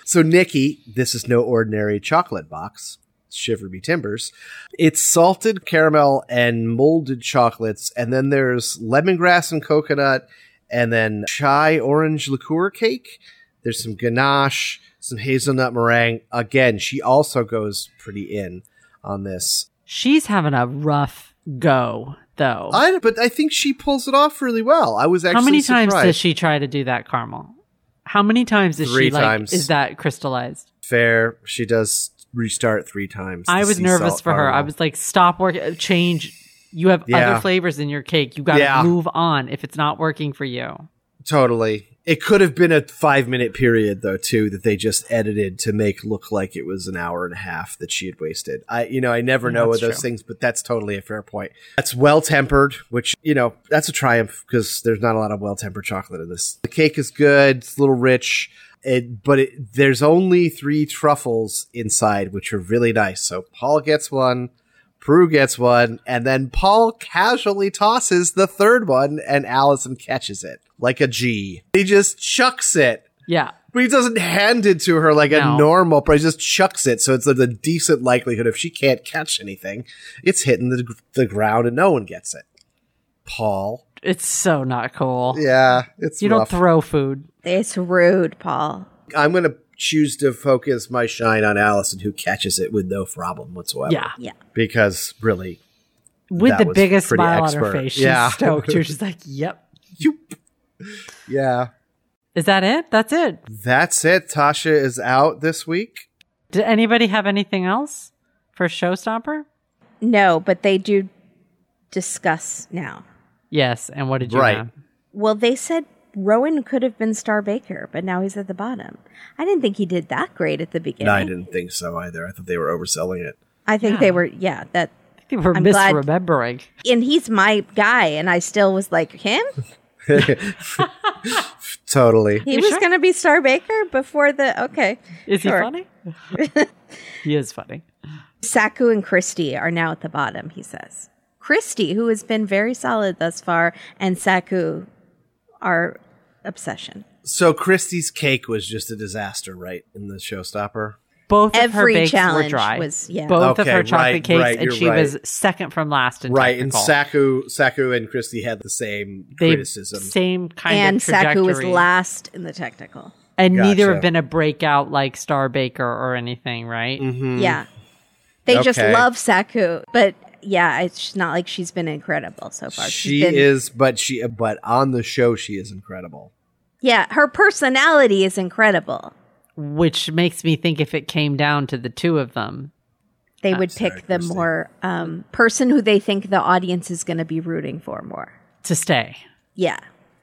Speaker 3: So Nikki, this is no ordinary chocolate box. Shiver me timbers. It's salted caramel and molded chocolates, and then there's lemongrass and coconut, and then chai orange liqueur cake. There's some ganache, some hazelnut meringue. Again, she also goes pretty in on this.
Speaker 2: She's having a rough go though.
Speaker 3: I but I think she pulls it off really well. I was actually
Speaker 2: How many
Speaker 3: surprised.
Speaker 2: times does she try to do that caramel? How many times is
Speaker 3: Three
Speaker 2: she like
Speaker 3: times.
Speaker 2: is that crystallized?
Speaker 3: Fair, she does restart three times.
Speaker 2: I
Speaker 3: the
Speaker 2: was
Speaker 3: sea
Speaker 2: nervous
Speaker 3: salt
Speaker 2: for her. I
Speaker 3: caramel.
Speaker 2: was like, stop working, change. You have
Speaker 3: Yeah.
Speaker 2: other flavors in your cake. You got to
Speaker 3: Yeah.
Speaker 2: move on if it's not working for you.
Speaker 3: Totally. It could have been a five minute period though too that they just edited to make look like it was an hour and a half that she had wasted. I you know, I never know
Speaker 2: That's
Speaker 3: with those
Speaker 2: true.
Speaker 3: things, but that's totally a fair point. That's well tempered, which you know, that's a triumph because there's not a lot of well tempered chocolate in this. The cake is good, it's a little rich. It, but it, there's only three truffles inside, which are really nice. So Paul gets one, Prue gets one, and then Paul casually tosses the third one, and Allison catches it like a G. He just chucks it.
Speaker 2: Yeah.
Speaker 3: But he doesn't hand it to her like a
Speaker 2: No.
Speaker 3: normal person. He just chucks it. So it's a, a decent likelihood if she can't catch anything, it's hitting the, gr- the ground and no one gets it. Paul.
Speaker 2: It's so not cool.
Speaker 3: Yeah, it's
Speaker 2: you
Speaker 3: rough.
Speaker 2: don't throw food.
Speaker 1: It's rude, Paul.
Speaker 3: I'm going to choose to focus my shine on Allison, who catches it with no problem whatsoever.
Speaker 2: Yeah.
Speaker 3: Because really,
Speaker 2: With
Speaker 3: That
Speaker 2: the
Speaker 3: was
Speaker 2: biggest
Speaker 3: pretty
Speaker 2: smile on
Speaker 3: expert.
Speaker 2: her face. She's
Speaker 3: Yeah.
Speaker 2: stoked. You're just like, yep.
Speaker 3: you. Yeah.
Speaker 2: Is that it? That's it.
Speaker 3: That's it. Tasha is out this week.
Speaker 2: Did anybody have anything else for Showstopper?
Speaker 1: No, but they do discuss now.
Speaker 2: Yes. And what did you
Speaker 3: Right.
Speaker 2: have?
Speaker 1: Well, they said Rowan could have been Star Baker, but now he's at the bottom. I didn't think he did that great at the beginning.
Speaker 3: No, I didn't think so either. I thought they were overselling it.
Speaker 1: I think they were, yeah, that
Speaker 2: People are
Speaker 1: I'm glad-
Speaker 2: misremembering.
Speaker 1: And he's my guy, and I still was like, him?
Speaker 3: totally.
Speaker 1: He
Speaker 2: You
Speaker 1: was
Speaker 2: sure?
Speaker 1: going to be Star Baker before the. Okay.
Speaker 2: Is
Speaker 1: Sure.
Speaker 2: he funny? he is funny.
Speaker 1: Saku and Christy are now at the bottom, he says. Christy, who has been very solid thus far, and Saku are obsession.
Speaker 3: So Christie's cake was just a disaster, right? In the showstopper.
Speaker 2: Both of her
Speaker 1: Every
Speaker 2: bakes were
Speaker 1: challenge
Speaker 2: dry.
Speaker 1: was- yeah.
Speaker 2: Both of
Speaker 3: Okay,
Speaker 2: her chocolate
Speaker 3: right,
Speaker 2: cakes,
Speaker 3: right,
Speaker 2: and
Speaker 3: you're
Speaker 2: she
Speaker 3: right.
Speaker 2: was second from last in
Speaker 3: Right, and
Speaker 2: technical.
Speaker 3: Saku, Saku, and Christie had the same
Speaker 2: They-
Speaker 3: criticism.
Speaker 2: Same kind
Speaker 1: And
Speaker 2: of trajectory.
Speaker 1: Saku was last in the technical.
Speaker 2: And neither
Speaker 3: Gotcha.
Speaker 2: have been a breakout like Star Baker or anything, right?
Speaker 3: Mm-hmm.
Speaker 1: Yeah. They just
Speaker 3: Okay.
Speaker 1: love Saku, but yeah, it's not like she's been incredible so far. She's
Speaker 3: She
Speaker 1: been-
Speaker 3: is, but she, but on the show, she is incredible.
Speaker 1: Yeah, her personality is incredible.
Speaker 2: Which makes me think if it came down to the two of them,
Speaker 1: They would
Speaker 3: sorry,
Speaker 1: pick the
Speaker 3: Christy.
Speaker 1: more um, person who they think the audience is going to be rooting for more.
Speaker 2: to stay.
Speaker 1: Yeah,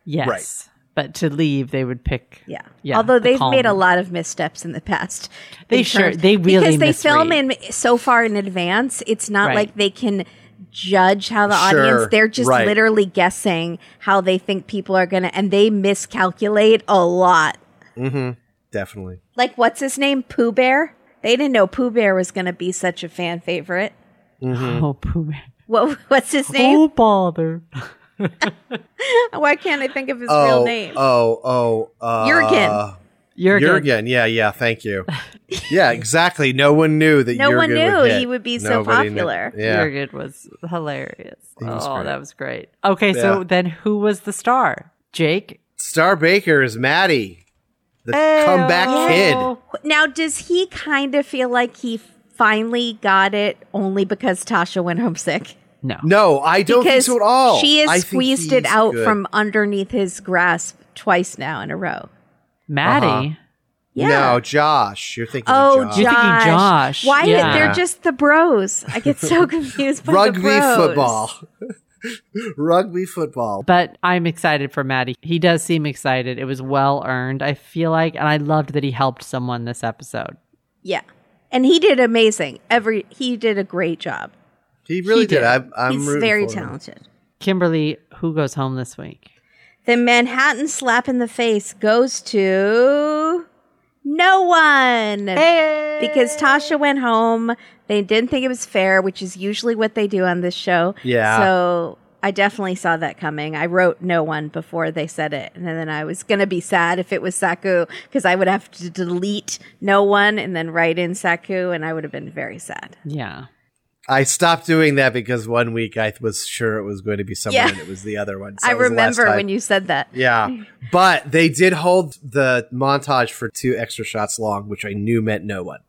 Speaker 2: Yes. But to leave, they would pick.
Speaker 1: yeah.
Speaker 2: Yeah,
Speaker 1: Although
Speaker 2: the
Speaker 1: they've made a
Speaker 2: calm.
Speaker 1: lot of missteps in the past.
Speaker 2: They
Speaker 1: in
Speaker 2: sure- they really
Speaker 1: because they film in
Speaker 2: misread.
Speaker 1: so far in advance. It's not
Speaker 2: Right.
Speaker 1: like they can judge how the
Speaker 3: Sure,
Speaker 1: audience. They're just
Speaker 3: right.
Speaker 1: literally guessing how they think people are going to, and they miscalculate a lot.
Speaker 3: Mm-hmm. Definitely.
Speaker 1: Like what's his name, Pooh Bear? They didn't know Pooh Bear was going to be such a fan favorite.
Speaker 2: Oh, poo man.
Speaker 1: What what's his name?
Speaker 2: Oh, bother.
Speaker 1: Why can't I think of his
Speaker 3: oh,
Speaker 1: real name?
Speaker 3: oh, oh, uh,
Speaker 1: Jurgen.
Speaker 2: You're
Speaker 3: Jurgen.
Speaker 2: good.
Speaker 3: Yeah, yeah. Thank you. Yeah, exactly. No one knew that.
Speaker 1: No one
Speaker 3: Jurgen
Speaker 1: knew
Speaker 3: would
Speaker 1: he
Speaker 3: hit.
Speaker 1: would be so
Speaker 3: Nobody knew.
Speaker 1: popular.
Speaker 3: Yeah.
Speaker 2: Jurgen was hilarious.
Speaker 3: was
Speaker 2: oh,
Speaker 3: great.
Speaker 2: that was great. Okay, so
Speaker 3: Yeah.
Speaker 2: then who was the star? Jake?
Speaker 3: Star Baker is Maddie, the comeback kid.
Speaker 1: Now does he kind of feel like he finally got it only because Tasha went homesick?
Speaker 2: No.
Speaker 3: No, I don't
Speaker 1: Because
Speaker 3: think so at all.
Speaker 1: she
Speaker 3: I
Speaker 1: has
Speaker 3: think
Speaker 1: squeezed it
Speaker 3: he's
Speaker 1: out
Speaker 3: good.
Speaker 1: from underneath his grasp twice now in a row.
Speaker 2: Maddie?
Speaker 3: Uh-huh.
Speaker 1: Yeah.
Speaker 3: No, Josh. You're thinking.
Speaker 1: Oh,
Speaker 3: of
Speaker 1: Josh.
Speaker 3: Josh.
Speaker 2: You're thinking Josh.
Speaker 1: Why?
Speaker 2: Yeah.
Speaker 1: They're just the bros. I get so confused. By the
Speaker 3: rugby
Speaker 1: bros.
Speaker 3: football. rugby football.
Speaker 2: But I'm excited for Maddie. He does seem excited. It was well earned, I feel like. And I loved that he helped someone this episode.
Speaker 1: Yeah. And he did amazing. Every he did a great job.
Speaker 3: He really
Speaker 2: He
Speaker 3: did.
Speaker 2: did.
Speaker 3: I'm, I'm
Speaker 1: He's
Speaker 3: rooting
Speaker 1: very
Speaker 3: for him.
Speaker 1: talented.
Speaker 2: Kimberly, who goes home this week?
Speaker 1: The Manhattan slap in the face goes to no one. Because Tasha went home. They didn't think it was fair, which is usually what they do on this show.
Speaker 3: Yeah.
Speaker 1: So I definitely saw that coming. I wrote no one before they said it. And then I was going to be sad if it was Saku because I would have to delete no one and then write in Saku, and I would have been very sad.
Speaker 2: Yeah.
Speaker 3: I stopped doing that because one week I th- was sure it was going to be someone
Speaker 1: Yeah.
Speaker 3: and it was the other one. So
Speaker 1: I
Speaker 3: it was the last
Speaker 1: remember when
Speaker 3: time.
Speaker 1: you said that.
Speaker 3: Yeah. But they did hold the montage for two extra shots long, which I knew meant no one.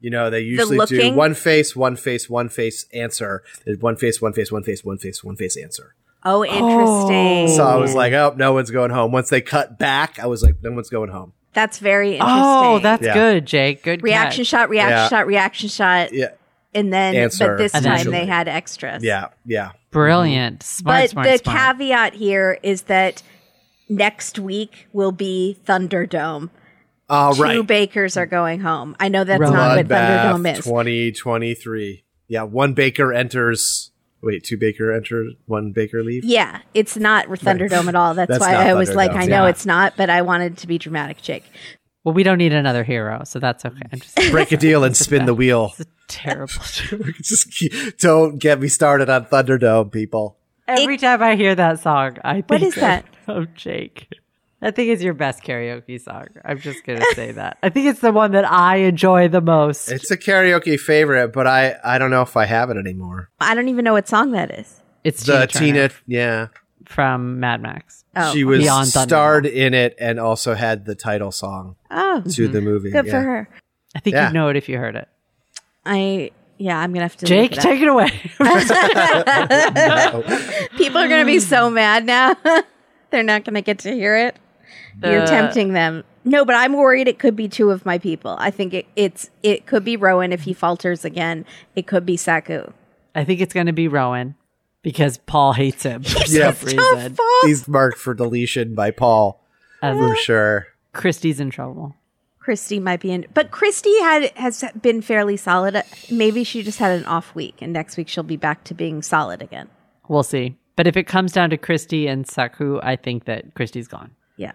Speaker 3: You know, they usually do
Speaker 1: looking?
Speaker 3: one face, one face, one face, answer. There's one face, one face, one face, one face, one face, answer.
Speaker 1: Oh, interesting.
Speaker 3: So I was like, oh, no one's going home. Once they cut back, I was like, no one's going home.
Speaker 1: That's very interesting.
Speaker 2: Oh, that's
Speaker 3: Yeah.
Speaker 2: good, Jake. Good
Speaker 1: reaction
Speaker 2: catch.
Speaker 1: shot, reaction
Speaker 3: Yeah.
Speaker 1: shot, reaction shot,
Speaker 3: Yeah.
Speaker 1: and then
Speaker 3: Answer,
Speaker 1: but this
Speaker 2: And
Speaker 1: time
Speaker 2: then-
Speaker 1: they had extras.
Speaker 3: Yeah. Yeah.
Speaker 2: Brilliant. Smart,
Speaker 1: but
Speaker 2: smart,
Speaker 1: the
Speaker 2: smart.
Speaker 1: caveat here is that next week will be Thunderdome.
Speaker 3: All
Speaker 1: Two
Speaker 3: Oh, right.
Speaker 1: bakers are going home. I know that's
Speaker 2: Right.
Speaker 1: not what Thunderdome
Speaker 3: Bloodbath
Speaker 1: is.
Speaker 3: 2023. Yeah. One baker enters. Wait, two baker enters, one baker leaves?
Speaker 1: yeah, it's not Thunderdome at all. That's,
Speaker 3: That's
Speaker 1: why
Speaker 3: not
Speaker 1: I was like,
Speaker 3: Thunderdome,
Speaker 1: I know
Speaker 2: yeah.
Speaker 1: it's not, but I wanted to be dramatic, Jake.
Speaker 2: Well, we don't need another hero, so that's okay. I'm just
Speaker 3: Break a deal and spin the wheel.
Speaker 2: It's a terrible.
Speaker 3: Just keep, don't get me started on Thunderdome, people.
Speaker 2: Every time I hear that song, I think
Speaker 1: What is that?
Speaker 2: of Jake. I think it's your best karaoke song. I'm just gonna say that. I think it's the one that I enjoy the most.
Speaker 3: It's a karaoke favorite, but I I don't know if I have it anymore.
Speaker 1: I don't even know what song that is.
Speaker 2: It's
Speaker 3: The
Speaker 2: Tina
Speaker 3: Tina, yeah,
Speaker 2: from Mad Max.
Speaker 1: Oh,
Speaker 3: she was
Speaker 2: Beyond Thunderdome.
Speaker 3: starred in it and also had the title song
Speaker 1: oh,
Speaker 3: to the movie.
Speaker 1: good
Speaker 3: yeah.
Speaker 1: for her.
Speaker 2: I think
Speaker 3: Yeah.
Speaker 2: you'd know it if you heard it.
Speaker 1: I yeah, I'm gonna have to look
Speaker 2: Jake,
Speaker 1: it up.
Speaker 2: take it away.
Speaker 1: People are going to be so mad now. They're not going to get to hear it. You're
Speaker 2: Uh,
Speaker 1: tempting them. No, but I'm worried it could be two of my people. I think it, it's it could be Rowan if he falters again. It could be Saku.
Speaker 2: I think it's gonna be Rowan because Paul hates him for
Speaker 3: Yeah.
Speaker 2: some reason.
Speaker 1: Fall.
Speaker 3: He's marked for deletion by Paul
Speaker 2: Um,
Speaker 3: for sure.
Speaker 2: Christy's in trouble.
Speaker 1: Christy might be in, but Christy had has been fairly solid. Maybe she just had an off week, and next week she'll be back to being solid again.
Speaker 2: We'll see. But if it comes down to Christy and Saku, I think that Christy's gone.
Speaker 1: Yeah,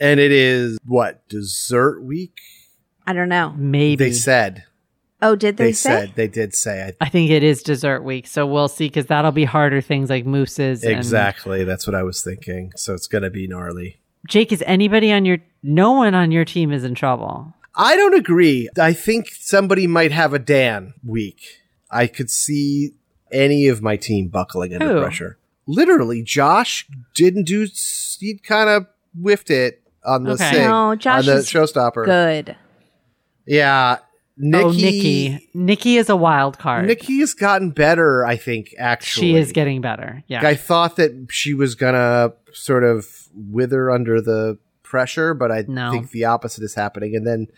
Speaker 3: And it is what dessert week?
Speaker 1: I don't know.
Speaker 2: Maybe
Speaker 3: They said.
Speaker 1: Oh, did
Speaker 3: They,
Speaker 1: they, say?
Speaker 3: said. They did say. I,
Speaker 2: I think it is dessert week, so we'll see because that'll be harder things like mooses. and-
Speaker 3: exactly. That's what I was thinking. So it's gonna be gnarly.
Speaker 2: Jake, is anybody on your? No one on your team is in trouble.
Speaker 3: I don't agree. I think somebody might have a Dan week. I could see any of my team buckling under
Speaker 2: Who?
Speaker 3: pressure. Literally, Josh didn't do. s- He kind of whiffed it on the
Speaker 2: Okay.
Speaker 3: thing,
Speaker 1: No, Josh
Speaker 3: on the
Speaker 1: is
Speaker 3: showstopper.
Speaker 1: Good.
Speaker 3: Yeah, Nikki,
Speaker 2: oh, Nikki. Nikki is a wild card.
Speaker 3: Nikki has gotten better. I think actually
Speaker 2: she is getting better. Yeah.
Speaker 3: I thought that she was gonna sort of wither under the pressure, but I
Speaker 2: No.
Speaker 3: think the opposite is happening. And then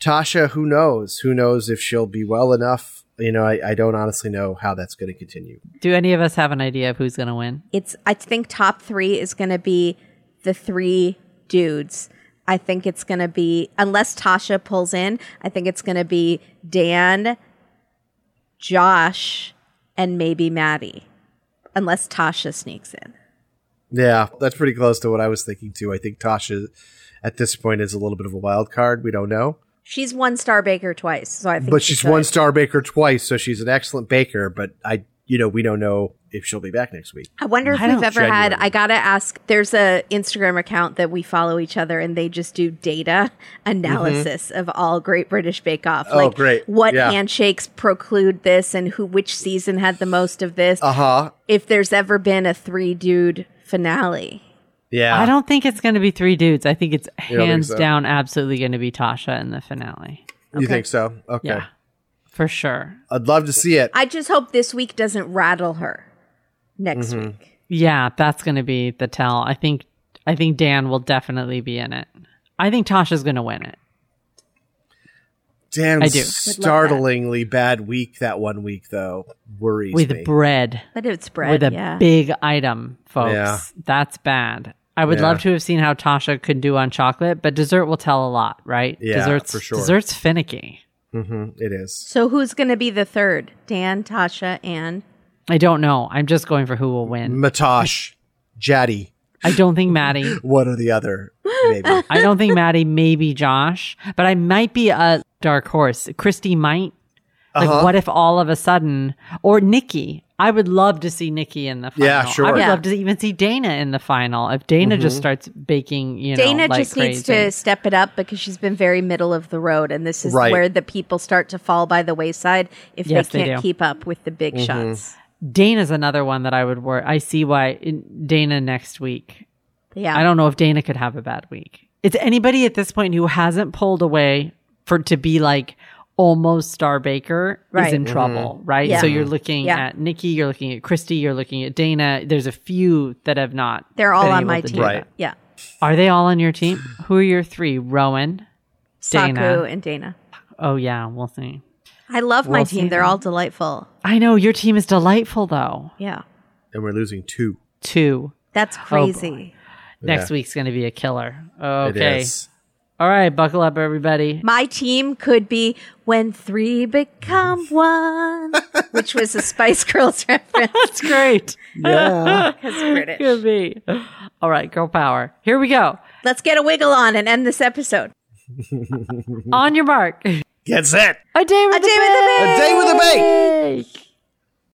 Speaker 3: Tasha, who knows? Who knows if she'll be well enough? You know, I, I don't honestly know how that's going to continue.
Speaker 2: Do any of us have an idea of who's going to win?
Speaker 1: It's I think top three is going to be the three dudes. I think it's going to be unless Tasha pulls in. I think it's going to be Dan, Josh, and maybe Maddie, unless Tasha sneaks in.
Speaker 3: Yeah, that's pretty close to what I was thinking too. I think Tasha, at this point, is a little bit of a wild card. We don't know,
Speaker 1: She's one star baker twice, so I think.
Speaker 3: but she's
Speaker 1: good.
Speaker 3: one star baker twice, so she's an excellent baker. But I, you know, we don't know if she'll be back next week.
Speaker 1: I wonder if
Speaker 2: I
Speaker 1: we've
Speaker 2: don't-
Speaker 1: ever had.
Speaker 3: Genuinely.
Speaker 1: I gotta ask. There's a Instagram account that we follow each other, and they just do data analysis of all Great British Bake Off.
Speaker 3: Oh,
Speaker 1: like
Speaker 3: great.
Speaker 1: What
Speaker 3: Yeah.
Speaker 1: handshakes preclude this, and who which season had the most of this?
Speaker 3: Uh huh.
Speaker 1: if there's ever been a three dude finale,
Speaker 3: Yeah.
Speaker 2: I don't think it's going to be three dudes. I think it's
Speaker 3: don't think
Speaker 2: hands
Speaker 3: so?
Speaker 2: down absolutely going to be Tasha in the finale.
Speaker 3: You think so? Okay.
Speaker 2: Yeah. For sure.
Speaker 3: I'd love to see it.
Speaker 1: I just hope this week doesn't rattle her next week.
Speaker 2: Yeah, that's going to be the tell. I think I think Dan will definitely be in it. I think Tasha's going to win it.
Speaker 3: Dan's
Speaker 2: I do. Would love
Speaker 3: startlingly bad week that one week though worries
Speaker 2: with
Speaker 3: me.
Speaker 2: bread,
Speaker 1: But it's bread,
Speaker 2: with a
Speaker 1: yeah.
Speaker 2: big item, folks.
Speaker 3: Yeah.
Speaker 2: That's bad. I would
Speaker 3: Yeah.
Speaker 2: love to have seen how Tasha could do on chocolate, but dessert will tell a lot, right?
Speaker 3: Yeah,
Speaker 2: dessert's,
Speaker 3: for sure.
Speaker 2: Dessert's finicky.
Speaker 3: Mhm, it is.
Speaker 1: so who's gonna be the third? Dan, Tasha, and
Speaker 2: I don't know. I'm just going for who will win.
Speaker 3: Matosh, Jaddy,
Speaker 2: I don't think Maddie.
Speaker 3: one or the other, maybe.
Speaker 2: I don't think Maddie. Maybe Josh, but I might be a dark horse. Christy might. Like,
Speaker 3: Uh-huh.
Speaker 2: what if all of a sudden, or Nikki? I would love to see Nikki in the final.
Speaker 3: Yeah, sure. Mm-hmm.
Speaker 2: I would
Speaker 1: Yeah.
Speaker 2: love to even see Dana in the final. If Dana just starts baking, you know,
Speaker 1: Dana
Speaker 2: like
Speaker 1: just needs
Speaker 2: crazy.
Speaker 1: to step it up because she's been very middle of the road, and this is
Speaker 3: Right.
Speaker 1: where the people start to fall by the wayside if
Speaker 2: Yes,
Speaker 1: they
Speaker 2: they
Speaker 1: can't
Speaker 2: do. Mm-hmm.
Speaker 1: keep up with the big shots.
Speaker 2: Dana's another one that I would worry. I see why in- Dana next week.
Speaker 1: Yeah,
Speaker 2: I don't know if Dana could have a bad week. It's anybody at this point who hasn't pulled away for to be like almost Star Baker
Speaker 1: Right. Mm-hmm.
Speaker 2: is in trouble, right?
Speaker 1: Yeah.
Speaker 2: So you're looking
Speaker 1: Yeah.
Speaker 2: at Nikki, you're looking at Christy, you're looking at Dana. There's a few that have not.
Speaker 1: They're all
Speaker 2: been
Speaker 1: on
Speaker 2: able
Speaker 1: my
Speaker 2: to do
Speaker 1: team.
Speaker 3: Right.
Speaker 1: Yeah,
Speaker 2: that. Are they all on your team? Who are your three? Rowan. Dana.
Speaker 1: Saku and Dana.
Speaker 2: Oh yeah, we'll see.
Speaker 1: I love my
Speaker 2: We'll
Speaker 1: team.
Speaker 2: see.
Speaker 1: They're all delightful.
Speaker 2: I know your team is delightful though.
Speaker 1: Yeah,
Speaker 3: and we're losing two.
Speaker 2: Two.
Speaker 1: that's crazy.
Speaker 2: Next
Speaker 3: Yeah.
Speaker 2: week's gonna be a killer.
Speaker 3: It
Speaker 2: Okay.
Speaker 3: is.
Speaker 2: All right, buckle up, everybody.
Speaker 1: my team could be when three become one, which was a Spice Girls reference.
Speaker 2: That's great.
Speaker 3: Yeah.
Speaker 1: That's British.
Speaker 2: Could be. All right, girl power. Here we go.
Speaker 1: Let's get a wiggle on and end this episode.
Speaker 2: On your mark. A day
Speaker 3: Get set.
Speaker 2: with
Speaker 1: Mm-hmm. A
Speaker 2: the
Speaker 1: day with the
Speaker 3: A day with a bake.
Speaker 2: bake.